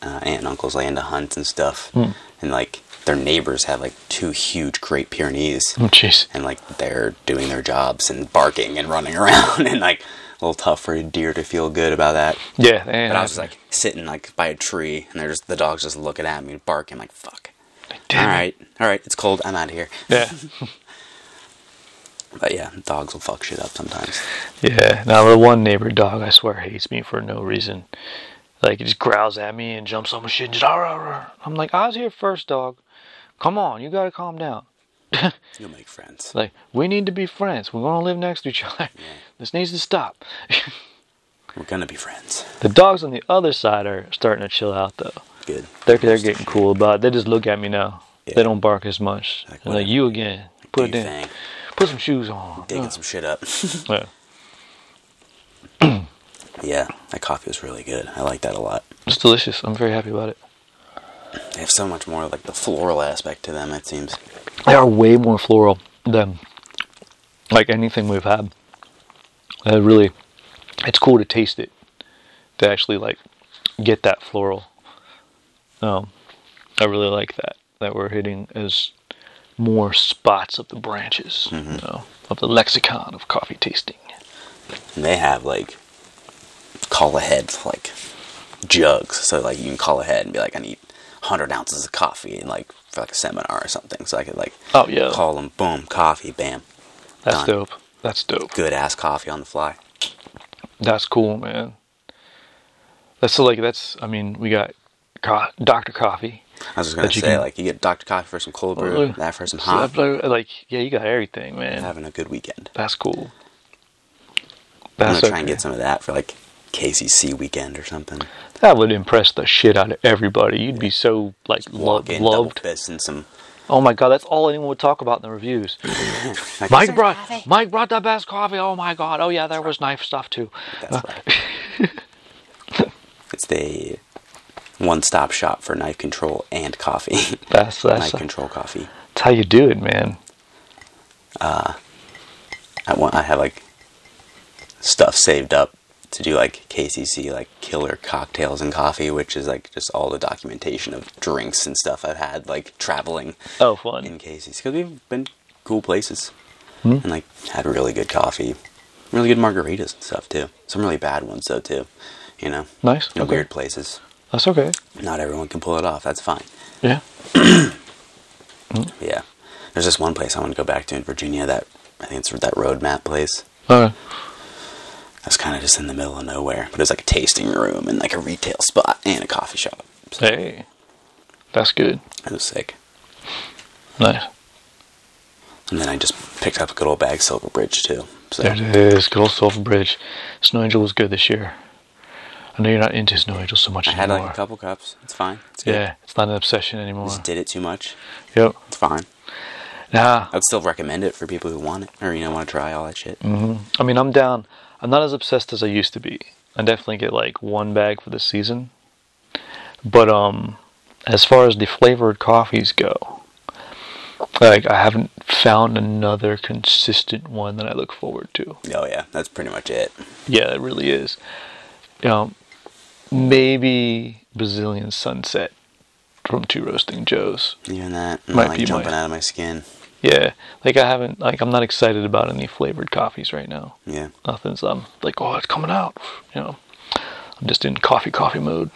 Speaker 2: uh, aunt and uncle's land to hunt and stuff,
Speaker 1: Hmm.
Speaker 2: and like their neighbors have like two huge Great Pyrenees,
Speaker 1: Oh, jeez.
Speaker 2: and like they're doing their jobs and barking and running around, and like a little tough for a deer to feel good about that.
Speaker 1: Yeah, they
Speaker 2: But I was just like sitting like by a tree, and they're just the dogs just looking at me, barking like fuck. All right, all right, it's cold. I'm out of here.
Speaker 1: Yeah.
Speaker 2: But yeah, dogs will fuck shit up sometimes.
Speaker 1: Yeah. Now the one neighbor dog, I swear, hates me for no reason. Like he just growls at me and jumps on my shit and just. "Arr, arr, arr." I'm like, I was here first, dog. Come on, you gotta calm down.
Speaker 2: You'll make friends.
Speaker 1: Like, we need to be friends. We're going to live next to each other. This needs to stop.
Speaker 2: We're gonna be friends.
Speaker 1: the dogs on the other side are starting to chill out, though.
Speaker 2: Good.
Speaker 1: They're, they're getting cool about it. They just look at me now.
Speaker 2: Yeah.
Speaker 1: They don't bark as much.
Speaker 2: Like,
Speaker 1: They're like,
Speaker 2: whatever.
Speaker 1: you again. Put it Oh.
Speaker 2: Do
Speaker 1: down.
Speaker 2: your thing.
Speaker 1: Put some shoes on.
Speaker 2: Digging
Speaker 1: Ugh.
Speaker 2: some shit up.
Speaker 1: Yeah.
Speaker 2: yeah, that coffee was really good. I like that a lot.
Speaker 1: It's delicious. I'm very happy about it.
Speaker 2: They have so much more like the floral aspect to them. It seems.
Speaker 1: They are way more floral than like anything we've had. Uh, really, it's cool to taste it to actually like get that floral. Um, I really like that that we're hitting as more spots of the branches, you know, of the lexicon of coffee tasting.
Speaker 2: And they have like call ahead like jugs, so like you can call ahead and be like, I need hundred ounces of coffee, and like for like a seminar or something. So I could like
Speaker 1: Oh yeah,
Speaker 2: call them, boom, coffee, bam,
Speaker 1: that's
Speaker 2: done.
Speaker 1: dope. That's dope.
Speaker 2: good ass coffee on the fly.
Speaker 1: That's cool, man. That's so like that's. I mean, we got co- Doctor Coffee.
Speaker 2: I was just gonna
Speaker 1: That you
Speaker 2: say
Speaker 1: can-
Speaker 2: like you get Dr. Coffee for some cold brew,
Speaker 1: Well,
Speaker 2: that for some
Speaker 1: So
Speaker 2: hot.
Speaker 1: that's like- like, yeah, you got everything, man.
Speaker 2: having a good weekend.
Speaker 1: That's cool.
Speaker 2: I'm gonna
Speaker 1: That's
Speaker 2: try and get some of that for like KCC weekend or something.
Speaker 1: That would impress the shit out of everybody. You'd be so like lo-
Speaker 2: Walk in, double
Speaker 1: loved.
Speaker 2: fist, and some.
Speaker 1: Oh my god, that's all anyone would talk about in the reviews.
Speaker 2: Like,
Speaker 1: Mike brought Mike brought the best coffee. Oh my god. Oh yeah, there was knife stuff too.
Speaker 2: That's right. it's the one-stop shop for knife control and coffee.
Speaker 1: That's that's,
Speaker 2: knife control coffee.
Speaker 1: that's how you do it, man.
Speaker 2: I want. I have like stuff saved up to do like KCC like killer cocktails and coffee, which is like just all the documentation of drinks and stuff I've had like traveling
Speaker 1: Oh fun.
Speaker 2: in KCC because we've been cool places and like had really good coffee, really good margaritas and stuff too. Some really bad ones though too, you know.
Speaker 1: nice.
Speaker 2: In
Speaker 1: Okay.
Speaker 2: weird places.
Speaker 1: That's okay.
Speaker 2: Not everyone can pull it off. That's fine.
Speaker 1: Yeah.
Speaker 2: Yeah. There's this one place I want to go back to in Virginia that I think it's that roadmap place.
Speaker 1: All right.
Speaker 2: That's kind of just in the middle of nowhere, but it's like a tasting room and like a retail spot and a coffee shop. So
Speaker 1: Hey. That's good.
Speaker 2: it was sick.
Speaker 1: Nice.
Speaker 2: And then I just picked up a good old bag Silver Bridge too. So
Speaker 1: There it is. Good old Sulphur Bridge. Snow Angel was good this year. I know you're not into Snow Angel so much
Speaker 2: I had
Speaker 1: anymore.
Speaker 2: like a couple cups. It's fine. It's good.
Speaker 1: Yeah, it's not an obsession anymore.
Speaker 2: Just did it too much.
Speaker 1: Yep.
Speaker 2: It's fine.
Speaker 1: Nah,
Speaker 2: I would still recommend it for people who want it or you know want to try all that shit.
Speaker 1: Mm. mm-hmm. I mean, I'm down. I'm not as obsessed as I used to be. I definitely get like one bag for the season. But um, as far as the flavored coffees go, like I haven't found another consistent one that I look forward to.
Speaker 2: Oh yeah, that's pretty much it.
Speaker 1: Yeah, it really is. You know, maybe Brazilian Sunset from Two Roasting Joes.
Speaker 2: Even that, I'm
Speaker 1: Might
Speaker 2: like
Speaker 1: be
Speaker 2: jumping
Speaker 1: my-
Speaker 2: out of my skin.
Speaker 1: Yeah, like I haven't, like I'm not excited about any flavored coffees right now.
Speaker 2: Yeah,
Speaker 1: nothing's I'm like oh it's coming out you know I'm just in coffee coffee mode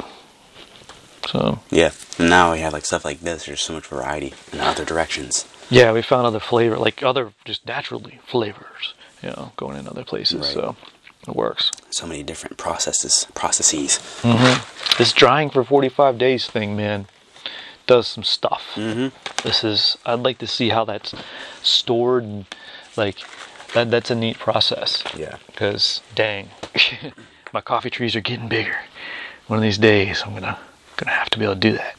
Speaker 1: so
Speaker 2: yeah. And now we have like stuff like this. There's so much variety in other directions.
Speaker 1: yeah we found other flavor like other just naturally flavors you know going in other places
Speaker 2: Right.
Speaker 1: so it works
Speaker 2: So many different processes, processes.
Speaker 1: this drying for 45 days thing man does some stuff
Speaker 2: Mm-hmm.
Speaker 1: this is I'd like to see how that's stored and like that that's a neat process
Speaker 2: Yeah.
Speaker 1: because dang my coffee trees are getting bigger one of these days I'm gonna gonna have to be able to do that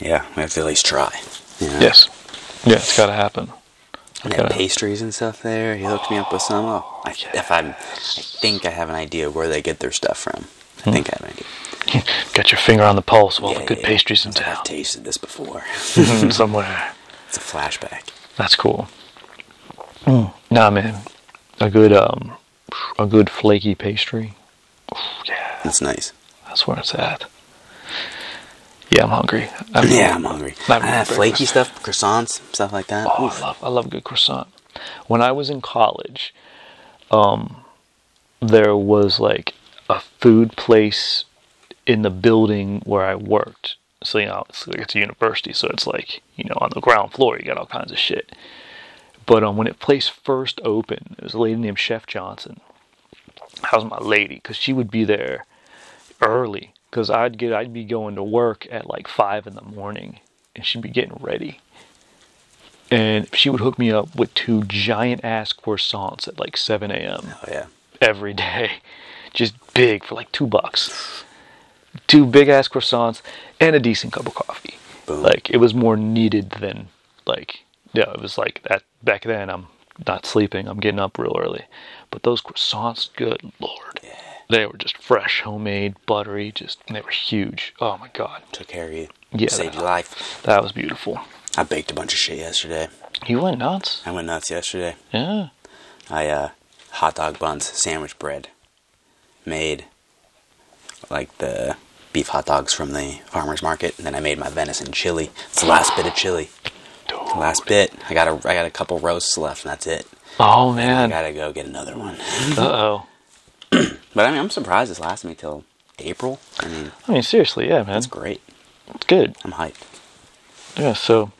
Speaker 2: Yeah, we have to at least try. you know?
Speaker 1: Yes. Yeah, it's got to happen.
Speaker 2: And they have
Speaker 1: Okay.
Speaker 2: pastries and stuff there. He hooked me up with some. Oh, I, if I'm, I think I have an idea where they get their stuff from. I think I have an idea.
Speaker 1: Got your finger on the pulse of Hmm. all
Speaker 2: Yeah,
Speaker 1: the good
Speaker 2: yeah, yeah.
Speaker 1: pastries in
Speaker 2: It's like, I've
Speaker 1: town
Speaker 2: tasted this before.
Speaker 1: Mhm, somewhere.
Speaker 2: it's a flashback.
Speaker 1: That's cool. Mm. Nah, man, a good um, a good flaky pastry. Yeah,
Speaker 2: That's nice.
Speaker 1: that's where it's at. Yeah, I'm hungry. I'm
Speaker 2: Yeah, I'm hungry.
Speaker 1: Not
Speaker 2: I have
Speaker 1: really
Speaker 2: flaky stuff, croissants, stuff like that.
Speaker 1: Oh,
Speaker 2: Oof.
Speaker 1: I love I love a good croissant. When I was in college, um, there was like a food place in the building where I worked. So you know, it's like it's a university, so it's like you know on the ground floor you got all kinds of shit. But um, when it place first opened, it was a lady named Chef Johnson. How's my lady? Because she would be there early. Because I'd get I'd be going to work at like five in the morning, and she'd be getting ready and she would hook me up with two giant ass croissants at like 7 a.m.
Speaker 2: Oh yeah.
Speaker 1: every day, just big for like two bucks. Two big ass croissants and a decent cup of coffee.
Speaker 2: Boom.
Speaker 1: Like it was more needed than like yeah, it was like that back then. I'm not sleeping. I'm getting up real early, but those croissants, good lord, they were just fresh, homemade, buttery. Just and they were huge. Oh my god,
Speaker 2: Took care of you.
Speaker 1: Yeah.
Speaker 2: Saved your life.
Speaker 1: that was beautiful.
Speaker 2: I baked a bunch of shit yesterday.
Speaker 1: You went nuts.
Speaker 2: I went nuts yesterday.
Speaker 1: Yeah.
Speaker 2: I uh, hot dog buns, sandwich bread, made like the beef hot dogs from the farmers market, and then I made my venison chili. It's the last bit of chili. The last bit. I got a I got a couple roasts left, and that's it.
Speaker 1: Oh
Speaker 2: I
Speaker 1: man. Uh
Speaker 2: gotta go get another one.
Speaker 1: oh.
Speaker 2: But I mean, I'm surprised this lasted me till April. I mean,
Speaker 1: I mean, seriously, yeah, man.
Speaker 2: that's great.
Speaker 1: It's good.
Speaker 2: I'm hyped.
Speaker 1: Yeah, so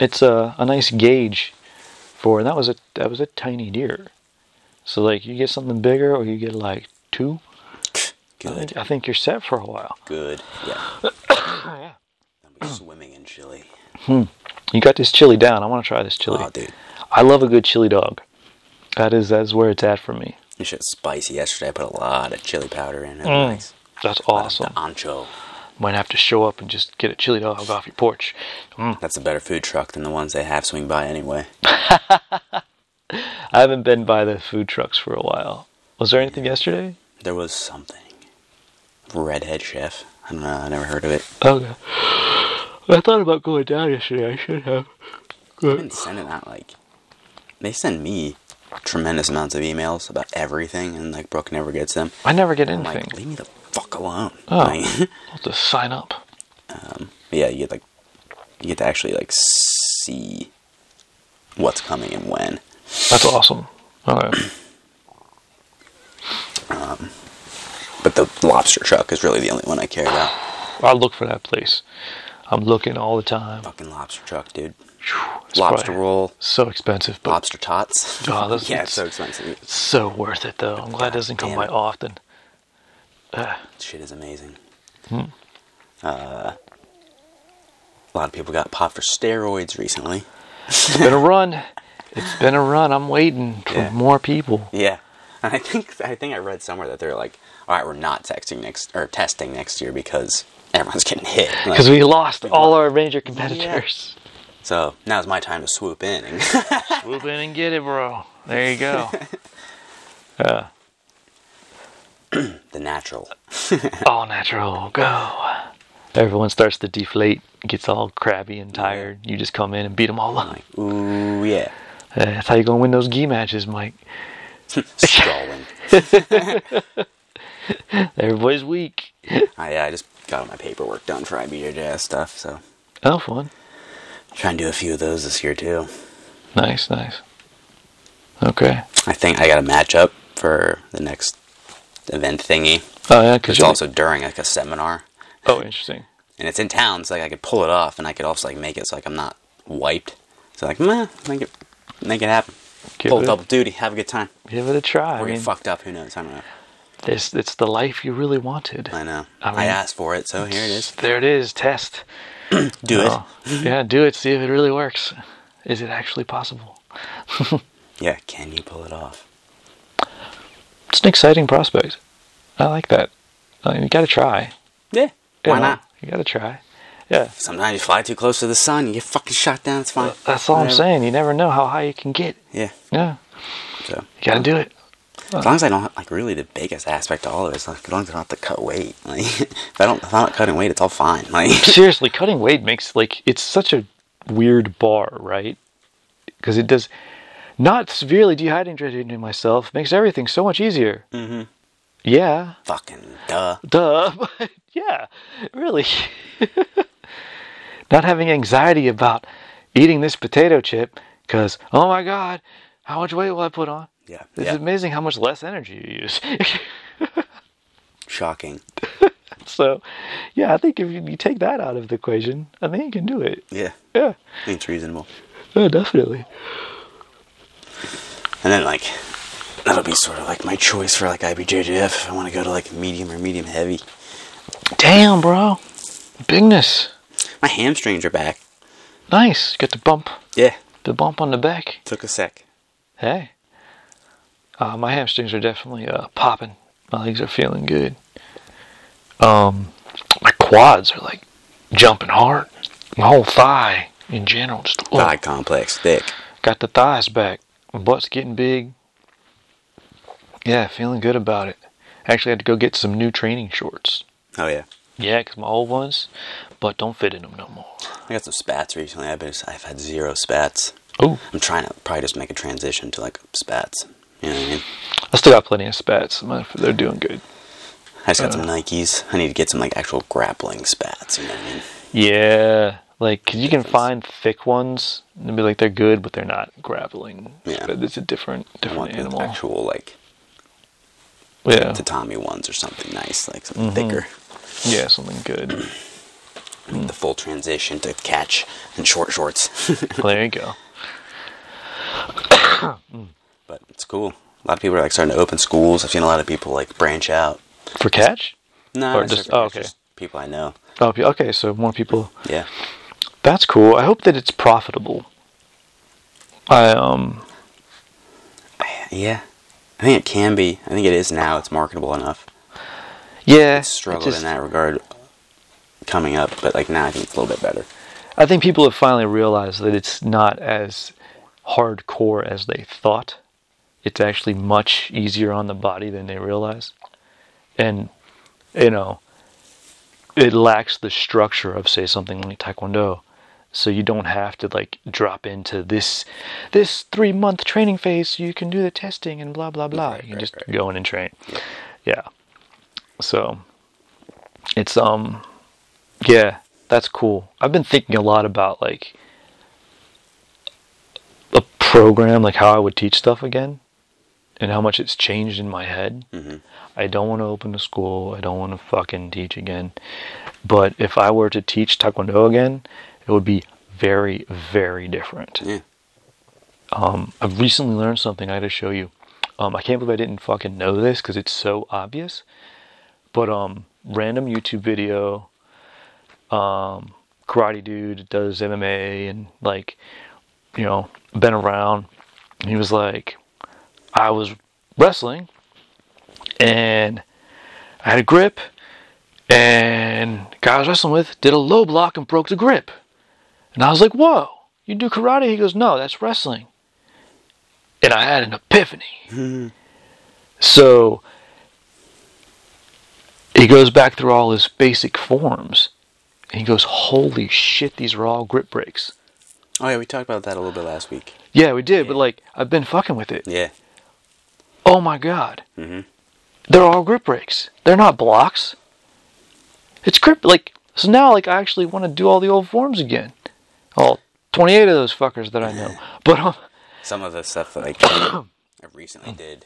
Speaker 1: it's a, a nice gauge for and that was a that was a tiny deer. So like you get something bigger or you get like two, I
Speaker 2: Good.
Speaker 1: think, I think you're set for a while.
Speaker 2: Good. Yeah. I'll be swimming in chili.
Speaker 1: You got this chili down. I want to try this chili.
Speaker 2: Oh, dude.
Speaker 1: I love a good chili dog. That is that's where it's at for me.
Speaker 2: This shit's spicy. Yesterday, I put a lot of chili powder in it. Nice.
Speaker 1: That's
Speaker 2: A lot of
Speaker 1: awesome.
Speaker 2: the ancho.
Speaker 1: Might have to show up and just get a chili dog off your porch. Mm.
Speaker 2: That's a better food truck than the ones they have swing by anyway.
Speaker 1: I haven't been by the food trucks for a while. Was there anything yesterday?
Speaker 2: There was something. Redhead Chef. I don't know. I never heard of it.
Speaker 1: Okay. I thought about going down yesterday. I should have.
Speaker 2: I've been sending out like they send me tremendous amounts of emails about everything, and like Brooke never gets them.
Speaker 1: I never get
Speaker 2: I'm
Speaker 1: anything.
Speaker 2: like, leave me the fuck alone.
Speaker 1: Oh.
Speaker 2: Like,
Speaker 1: I'll just sign up.
Speaker 2: yeah, you get like you get to actually like see what's coming and when.
Speaker 1: That's awesome. Okay.
Speaker 2: But the lobster truck is really the only one I care about.
Speaker 1: I'll look for that place. I'm looking all the time.
Speaker 2: Fucking lobster truck, dude.
Speaker 1: It's
Speaker 2: Lobster
Speaker 1: probably
Speaker 2: roll,
Speaker 1: So expensive, but
Speaker 2: lobster tots.
Speaker 1: Oh, those-
Speaker 2: yeah, it's so expensive.
Speaker 1: so worth it though. I'm glad it doesn't come
Speaker 2: damn
Speaker 1: by
Speaker 2: it.
Speaker 1: often.
Speaker 2: Shit is amazing. Uh, a lot of people got popped for steroids recently.
Speaker 1: It's been a run. It's been a run. I'm waiting for
Speaker 2: Yeah.
Speaker 1: more people.
Speaker 2: Yeah, and I think I think I read somewhere that they're like, all right, we're not texting next or testing next year because everyone's getting hit. Like,
Speaker 1: Because we lost all our major competitors.
Speaker 2: so now's my time to swoop in. And
Speaker 1: Swoop in and get it, bro. There you go.
Speaker 2: the natural.
Speaker 1: all natural. Go. Everyone starts to deflate, gets all crabby and tired. You just come in and beat them all up.
Speaker 2: Like, ooh yeah,
Speaker 1: Uh, that's how you gonna win those gi matches, Mike.
Speaker 2: stalling.
Speaker 1: Everybody's weak.
Speaker 2: I I just got all my paperwork done for IBJJS stuff, so
Speaker 1: Oh, fun.
Speaker 2: try and do a few of those this year too.
Speaker 1: Nice, nice. Okay.
Speaker 2: I think I got a matchup for the next event thingy.
Speaker 1: Oh yeah,
Speaker 2: It's
Speaker 1: because
Speaker 2: also during like a seminar,
Speaker 1: Oh, interesting.
Speaker 2: and it's in town, so like I could pull it off, and I could also like make it so like I'm not wiped. So like, meh, make it, make it happen.
Speaker 1: Give
Speaker 2: pull
Speaker 1: it-
Speaker 2: double duty, have a good time.
Speaker 1: Give it a try. I mean,
Speaker 2: We're getting fucked up. Who knows? I don't know.
Speaker 1: this it's the life you really wanted.
Speaker 2: I know.
Speaker 1: I
Speaker 2: I,
Speaker 1: mean-
Speaker 2: asked for it, so here it is.
Speaker 1: There it is. Test.
Speaker 2: Do it.
Speaker 1: Oh, yeah, do it. See if it really works. Is it actually possible?
Speaker 2: Yeah. Can you pull it off?
Speaker 1: It's an exciting prospect. I like that. I mean, you got to try.
Speaker 2: Yeah.
Speaker 1: Yeah,
Speaker 2: Why not?
Speaker 1: You got to try. Yeah.
Speaker 2: Sometimes you fly too close to the sun, you get fucking shot down. It's fine.
Speaker 1: That's all I'm
Speaker 2: Whatever.
Speaker 1: saying. You never know how high you can get.
Speaker 2: Yeah.
Speaker 1: Yeah.
Speaker 2: So
Speaker 1: You got to do it.
Speaker 2: as long as I don't have, like really the biggest aspect to all of this, like as long as I don't have to cut weight. Like if I don't, if I'm not cutting weight, it's all fine. Like
Speaker 1: seriously, cutting weight makes like it's such a weird bar, right? Because it does not severely dehydrating myself makes everything so much easier. Mm-hmm. Yeah,
Speaker 2: fucking duh.
Speaker 1: duh. But yeah, really. not having anxiety about eating this potato chip because oh my god, how much weight will I put on?
Speaker 2: Yeah.
Speaker 1: It's
Speaker 2: yeah.
Speaker 1: amazing how much less energy you use.
Speaker 2: Shocking.
Speaker 1: so, yeah, I think if you, you take that out of the equation, I think you can do it.
Speaker 2: Yeah.
Speaker 1: Yeah.
Speaker 2: I think it's reasonable.
Speaker 1: Yeah, definitely.
Speaker 2: And then like that'll be sort of like my choice for like IBJJF if I want to go to like medium or medium heavy.
Speaker 1: Damn, bro. Bigness.
Speaker 2: My hamstrings are back.
Speaker 1: Nice. Get the bump.
Speaker 2: Yeah.
Speaker 1: the bump on the back.
Speaker 2: Took a sec.
Speaker 1: Hey, uh, my hamstrings are definitely uh, popping. My legs are feeling good. Um, my quads are like jumping hard. My whole thigh in general, just oh,
Speaker 2: Thigh complex, thick.
Speaker 1: got the thighs back. My butt's getting big. Yeah, feeling good about it. Actually, I had to go get some new training shorts.
Speaker 2: Oh yeah.
Speaker 1: Yeah, 'cause my old ones, but don't fit in them no more.
Speaker 2: I got some spats recently. I've been, I've had zero spats.
Speaker 1: Oh,
Speaker 2: I'm trying to probably just make a transition to like spats. You know what I mean?
Speaker 1: I still got plenty of spats. My- They're doing good.
Speaker 2: I just got some Nikes. I need to get some like actual grappling spats. You know what I mean?
Speaker 1: Yeah, like 'cause you can find thick ones and be like they're good, but they're not grappling.
Speaker 2: Yeah.
Speaker 1: but it's a different
Speaker 2: I
Speaker 1: different
Speaker 2: want the
Speaker 1: animal.
Speaker 2: actual like
Speaker 1: yeah,
Speaker 2: tatami ones or something nice, like something thicker.
Speaker 1: yeah, something good.
Speaker 2: The full transition to catch and short shorts.
Speaker 1: Well, there you go.
Speaker 2: but it's cool. A lot of people are like starting to open schools. I've seen a lot of people like branch out.
Speaker 1: For catch?
Speaker 2: No,
Speaker 1: Or
Speaker 2: it's
Speaker 1: just-
Speaker 2: different.
Speaker 1: oh,
Speaker 2: It's
Speaker 1: okay.
Speaker 2: people I know.
Speaker 1: Oh, yeah, okay. So more people.
Speaker 2: Yeah,
Speaker 1: That's cool. I hope that it's profitable. I um
Speaker 2: yeah. I think it can be. I think it is now. It's marketable enough.
Speaker 1: yeah. it
Speaker 2: Struggled
Speaker 1: just-
Speaker 2: in that regard coming up, but like now I think it's a little bit better.
Speaker 1: I think people have finally realized that it's not as hardcore as they thought. It's actually much easier on the body than they realize. And, you know, it lacks the structure of, say, something like Taekwondo. So you don't have to like drop into this this three month training phase so you can do the testing and blah blah blah. you can
Speaker 2: right,
Speaker 1: just
Speaker 2: right.
Speaker 1: go in and train. yeah. So it's um yeah, that's cool. I've been thinking a lot about like a program, like how I would teach stuff again, and how much it's changed in my head. I don't want to open a school. I don't want to fucking teach again. But if I were to teach Taekwondo again, it would be very, very different.
Speaker 2: Yeah.
Speaker 1: I've recently learned something I got to show you. Um, I can't believe I didn't fucking know this because it's so obvious. But um, random YouTube video, um, karate dude does MMA and like, you know, been around. He was like, I was wrestling and I had a grip and the guy I was wrestling with did a low block and broke the grip. And I was like, whoa, you do karate? He goes, no, that's wrestling and I had an epiphany.
Speaker 2: Mm-hmm.
Speaker 1: so he goes back through all his basic forms and he goes, Holy shit, these are all grip breaks.
Speaker 2: Oh yeah, we talked about that a little bit last week.
Speaker 1: Yeah, we did, but like, I've been fucking with it.
Speaker 2: Yeah.
Speaker 1: Oh my god.
Speaker 2: Mm-hmm.
Speaker 1: They're all grip breaks, they're not blocks. It's grip, like, so now, like, I actually want to do all the old forms again. All 28 of those fuckers that I know. But, um,
Speaker 2: Some of the stuff that like I
Speaker 1: Hmm.
Speaker 2: recently did.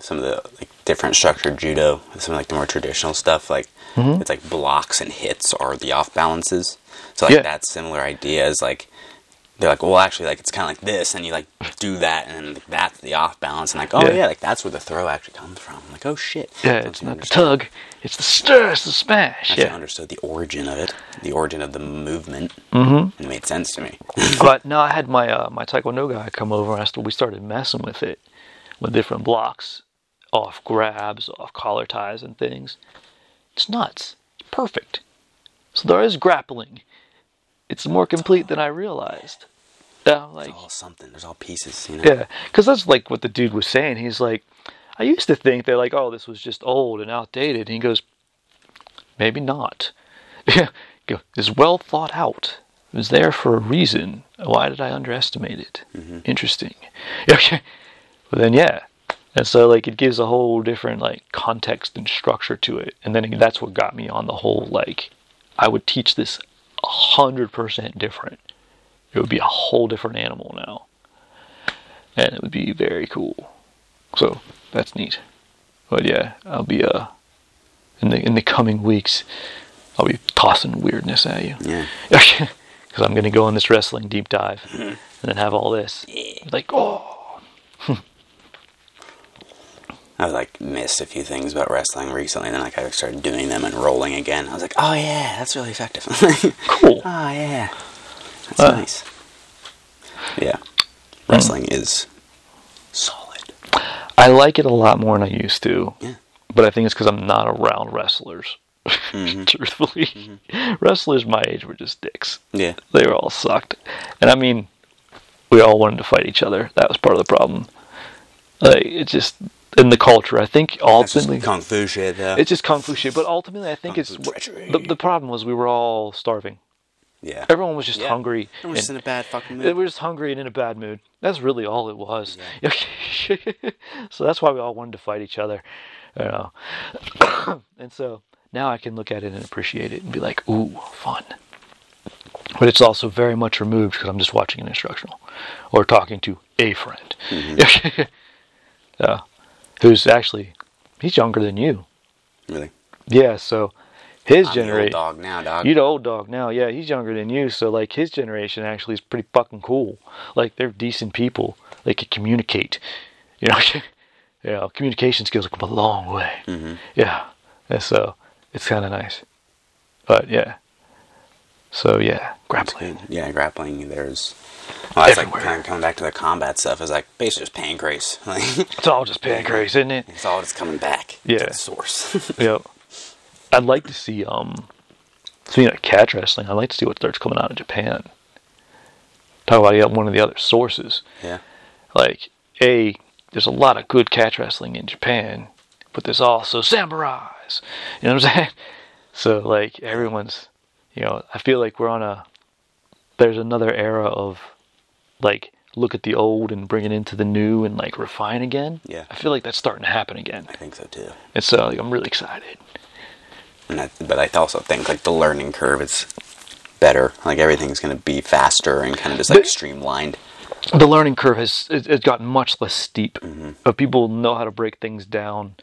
Speaker 2: Some of the like different structured judo, some of like the more traditional stuff, like
Speaker 1: Mm-hmm.
Speaker 2: it's like blocks and hits are the off balances. So like
Speaker 1: Yeah.
Speaker 2: that similar idea is like they're like, well, actually, like it's kind of like this, and you like do that, and then like, that's the off balance, and like, oh
Speaker 1: Yeah.
Speaker 2: yeah. like that's where the throw actually comes from. I'm like, oh shit.
Speaker 1: yeah,
Speaker 2: Once
Speaker 1: it's
Speaker 2: you
Speaker 1: not the
Speaker 2: understand-
Speaker 1: tug, it's the stir, it's the smash.
Speaker 2: once I
Speaker 1: Yeah.
Speaker 2: understood the origin of it, the origin of the movement,
Speaker 1: Mm-hmm.
Speaker 2: it made sense to me.
Speaker 1: but no, I had my uh, my Taekwondo guy come over, and I st- we started messing with it with different blocks, off grabs, off collar ties, and things. It's nuts. It's perfect. So there is grappling. It's more complete than I realized. Yeah, I'm like
Speaker 2: all something. There's all pieces, you know.
Speaker 1: yeah, because that's like what the dude was saying. He's like, I used to think that like, oh, this was just old and outdated. And he goes, maybe not. Yeah, go, it's well thought out. It was there for a reason. Why did I underestimate it? Interesting. Okay, well then yeah, and so like it gives a whole different like context and structure to it, and then that's what got me on the whole like, I would teach this a hundred percent different. It would be a whole different animal now and it would be very cool. So that's neat. But yeah, I'll be uh in the in the coming weeks, I'll be tossing weirdness at you.
Speaker 2: Yeah.
Speaker 1: because I'm gonna go on this wrestling deep dive and then have all this. Like oh
Speaker 2: I was like missed a few things about wrestling recently, and then like I started doing them and rolling again. I was like, oh Uh, yeah, that's really effective. oh
Speaker 1: cool.
Speaker 2: yeah, that's nice. Yeah.
Speaker 1: hmm.
Speaker 2: Wrestling is solid.
Speaker 1: I like it a lot more than I used to,
Speaker 2: Yeah.
Speaker 1: but I think it's because I'm not around wrestlers.
Speaker 2: Mm-hmm.
Speaker 1: Truthfully, wrestlers my age were just dicks.
Speaker 2: Yeah.
Speaker 1: They were all sucked, and I mean, we all wanted to fight each other. That was part of the problem. Like it just in the culture, I think
Speaker 2: That's
Speaker 1: ultimately
Speaker 2: just kung fu shit, though.
Speaker 1: it's just kung fu shit. But ultimately, I think
Speaker 2: Kung
Speaker 1: it's
Speaker 2: fu
Speaker 1: what-
Speaker 2: treachery.
Speaker 1: the, the problem was we were all starving.
Speaker 2: yeah.
Speaker 1: Everyone was just
Speaker 2: Yeah.
Speaker 1: hungry.
Speaker 2: Everyone's just in
Speaker 1: and-
Speaker 2: a bad fucking
Speaker 1: they
Speaker 2: mood.
Speaker 1: were just hungry and in a bad mood. That's really all it was. so that's why we all wanted to fight each other. You know. and so now I can look at it and appreciate it and be like, ooh, fun. But it's also very much removed because I'm just watching an instructional or talking to a friend.
Speaker 2: Mm-hmm.
Speaker 1: Yeah. who's actually, he's younger than you.
Speaker 2: Really.
Speaker 1: Yeah, so his
Speaker 2: I'm the old
Speaker 1: generation.
Speaker 2: dog now, dog.
Speaker 1: You the old dog now, yeah. He's younger than you, so like his generation actually is pretty fucking cool. Like they're decent people. They can communicate. You know, you know, communication skills come a long way. Yeah, and so it's kind of nice. But yeah, so yeah, grappling.
Speaker 2: Yeah, grappling. There's. Well, that's like
Speaker 1: Everywhere.
Speaker 2: kind of coming back to the combat stuff. Is like basically just pancreas. Like
Speaker 1: It's all just pancreas, isn't it?
Speaker 2: it's all just coming back.
Speaker 1: Yeah.
Speaker 2: To the source.
Speaker 1: Yep. I'd like to see um, speaking of catch wrestling, I'd like to see what starts coming out in Japan. Talk about yeah, one of the other sources.
Speaker 2: yeah.
Speaker 1: like a there's a lot of good catch wrestling in Japan, but there's also samurais. You know what I'm saying? So like everyone's, you know, I feel like we're on a there's another era of like look at the old and bring it into the new and like refine again.
Speaker 2: Yeah.
Speaker 1: I feel like that's starting to happen again,
Speaker 2: I think so too.
Speaker 1: and so like, I'm really excited.
Speaker 2: And I, but I also think like the learning curve is better. Like everything's gonna be faster and kind of just like
Speaker 1: But-
Speaker 2: streamlined.
Speaker 1: the learning curve has it, it's gotten much less steep, but people know how to break things down.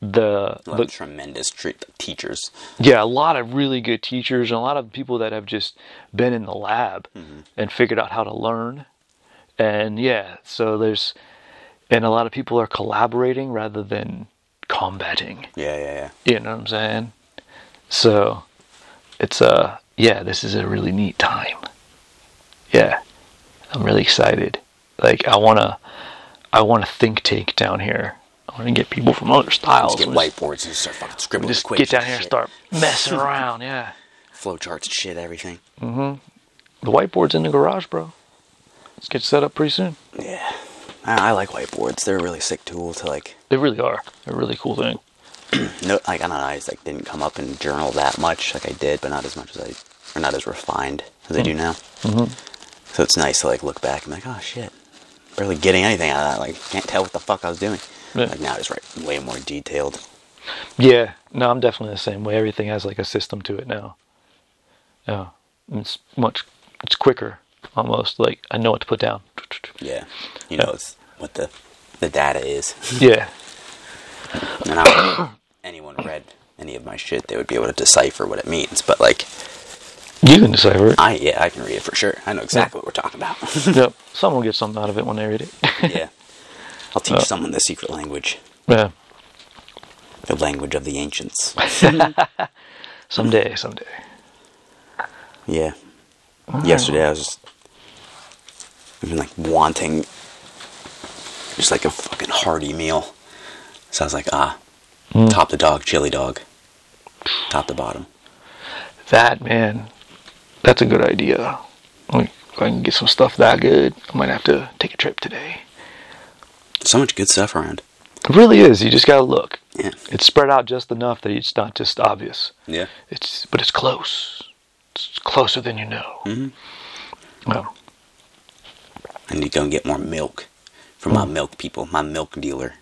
Speaker 1: The,
Speaker 2: A lot
Speaker 1: the
Speaker 2: of tremendous tre- teachers.
Speaker 1: Yeah, a lot of really good teachers and a lot of people that have just been in the lab
Speaker 2: Mm-hmm.
Speaker 1: and figured out how to learn. And yeah, so there's, and a lot of people are collaborating rather than combating.
Speaker 2: Yeah, yeah, yeah.
Speaker 1: You know what I'm saying? So it's uh, yeah, this is a really neat time. Yeah, I'm really excited. Like I wanna, I wanna think tank down here. I wanna get people from other styles.
Speaker 2: Just get
Speaker 1: Let's-
Speaker 2: whiteboards and start fucking scribbling.
Speaker 1: just
Speaker 2: equations
Speaker 1: get down here and
Speaker 2: shit,
Speaker 1: start messing around. Yeah.
Speaker 2: flowcharts, and shit, everything.
Speaker 1: The whiteboard's in the garage, bro. Let's get set up pretty soon.
Speaker 2: Yeah, I, I like whiteboards. They're a really sick tool to like.
Speaker 1: They really are. They're a really cool thing.
Speaker 2: No, like I don't know. I just, like didn't come up in journal that much. Like I did, but not as much as I, or not as refined as I do now. Mm-hmm. So it's nice to like look back and be like, oh shit, barely getting anything out of that. Like can't tell what the fuck I was doing.
Speaker 1: Yeah.
Speaker 2: Like now I just write way more detailed.
Speaker 1: Yeah. No, I'm definitely the same way. Everything has like a system to it now. Yeah. It's much. It's quicker, almost. Like I know what to put down.
Speaker 2: Yeah, you know it's what the the data is.
Speaker 1: Yeah.
Speaker 2: And I don't think anyone read any of my shit, they would be able to decipher what it means. But like
Speaker 1: You can decipher it.
Speaker 2: I yeah, I can read it for sure. I know exactly what we're talking about.
Speaker 1: yep. Someone will get something out of it when they read it.
Speaker 2: yeah. I'll teach someone the secret language,
Speaker 1: yeah.
Speaker 2: the language of the ancients.
Speaker 1: Someday. Someday.
Speaker 2: yeah. Yesterday I was just I've been like wanting just like a fucking hearty meal. So I was like, ah, top to dog, chili dog, top to bottom.
Speaker 1: That man. That's a good idea. Like, if I can get some stuff that good, I might have to take a trip today.
Speaker 2: So much good stuff around.
Speaker 1: It really is. You just gotta look.
Speaker 2: Yeah.
Speaker 1: It's spread out just enough that it's not just obvious.
Speaker 2: Yeah.
Speaker 1: It's but it's close. It's closer than you know. Well,
Speaker 2: Mm-hmm. I need to go and get more milk from my milk people, my milk dealer.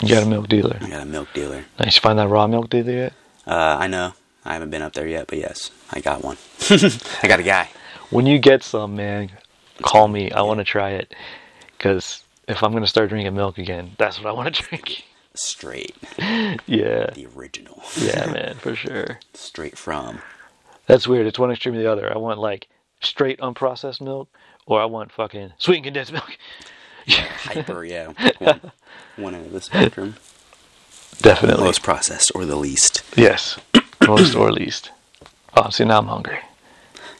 Speaker 1: you got a milk dealer.
Speaker 2: I got a milk dealer.
Speaker 1: Nice. You find that raw milk dealer yet?
Speaker 2: Uh, I know. I haven't been up there yet, but yes, I got one. I got a guy.
Speaker 1: When you get some, man, call me. I want to try it. Cause if I'm gonna start drinking milk again, that's what I want to drink.
Speaker 2: Straight.
Speaker 1: yeah.
Speaker 2: The original.
Speaker 1: Yeah, man, for sure.
Speaker 2: Straight from.
Speaker 1: That's weird. It's one extreme or the other. I want like straight unprocessed milk, or I want fucking sweetened condensed milk.
Speaker 2: Hyper, yeah. One, one end of the spectrum. The
Speaker 1: Definitely.
Speaker 2: most processed or the least.
Speaker 1: Yes, most or least. Oh, see, now I'm hungry.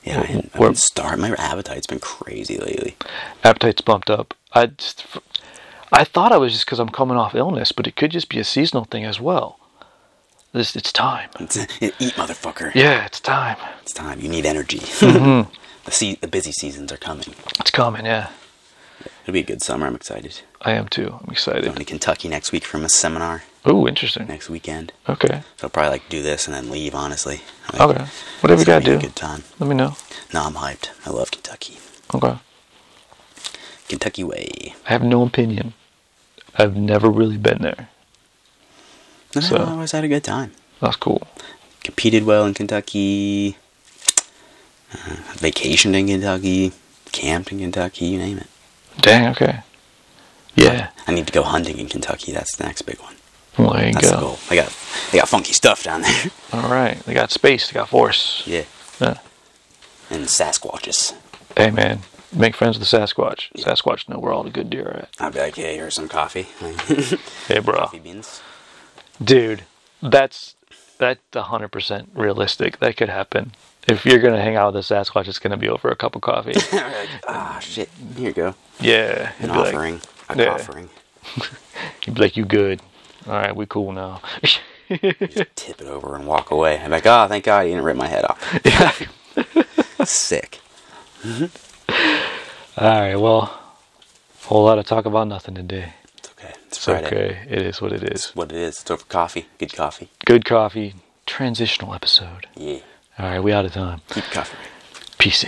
Speaker 2: Yeah, I haven't, I
Speaker 1: We're-
Speaker 2: haven't starved. My appetite's been crazy lately.
Speaker 1: appetite's bumped up. I just, I thought I was just because I'm coming off illness, but it could just be a seasonal thing as well. This it's time.
Speaker 2: Eat, motherfucker.
Speaker 1: Yeah, Mm-hmm. it's time.
Speaker 2: It's time. You need energy. the, sea the busy seasons are coming.
Speaker 1: It's coming. Yeah,
Speaker 2: It'll be a good summer. I'm excited.
Speaker 1: I am too. I'm
Speaker 2: Going to
Speaker 1: excited.
Speaker 2: Kentucky next week from a seminar
Speaker 1: Ooh, interesting.
Speaker 2: next weekend.
Speaker 1: Okay,
Speaker 2: So I'll probably like do this and then leave. Honestly. Like,
Speaker 1: okay. Whatever you
Speaker 2: it's gonna
Speaker 1: gotta
Speaker 2: be a
Speaker 1: do,
Speaker 2: Good time.
Speaker 1: let me know.
Speaker 2: No, I'm hyped. I love Kentucky.
Speaker 1: Okay.
Speaker 2: Kentucky way.
Speaker 1: I have no opinion. I've never really been there.
Speaker 2: No,
Speaker 1: So-
Speaker 2: I always had a good time.
Speaker 1: That's cool.
Speaker 2: Competed well in Kentucky. Uh, vacationed in Kentucky. Camped in Kentucky. You name it.
Speaker 1: Dang. Okay. Yeah.
Speaker 2: I need to go hunting in Kentucky. That's the next big one.
Speaker 1: Well, there you go.
Speaker 2: That's the goal. They got they got funky stuff down there.
Speaker 1: All right. They got space. They got force.
Speaker 2: yeah.
Speaker 1: Yeah.
Speaker 2: And Sasquatches.
Speaker 1: Hey man, make friends with the Sasquatch. Sasquatch know where all the good deer are at.
Speaker 2: I'd be like, hey, here's some coffee.
Speaker 1: Hey bro,
Speaker 2: coffee beans.
Speaker 1: dude, that's that's hundred percent realistic. That could happen. If you're gonna hang out with a Sasquatch, it's gonna be over a cup of coffee.
Speaker 2: Ah, shit. Here you go.
Speaker 1: yeah,
Speaker 2: An
Speaker 1: he'd be like-
Speaker 2: offering. A
Speaker 1: yeah.
Speaker 2: offering.
Speaker 1: he'd be like, "You good? All right, we cool now."
Speaker 2: Tip it over and walk away. I'm like, ah, thank God he didn't rip my head off.
Speaker 1: yeah.
Speaker 2: Sick.
Speaker 1: All right. Well, whole lot of talk about nothing today.
Speaker 2: It's okay. It's,
Speaker 1: It's
Speaker 2: Friday.
Speaker 1: okay. It is what it is.
Speaker 2: It's what it is. It's over coffee. Good coffee.
Speaker 1: Good coffee. Transitional episode.
Speaker 2: Yeah.
Speaker 1: All right, we out of time.
Speaker 2: Keep coffee.
Speaker 1: Peace.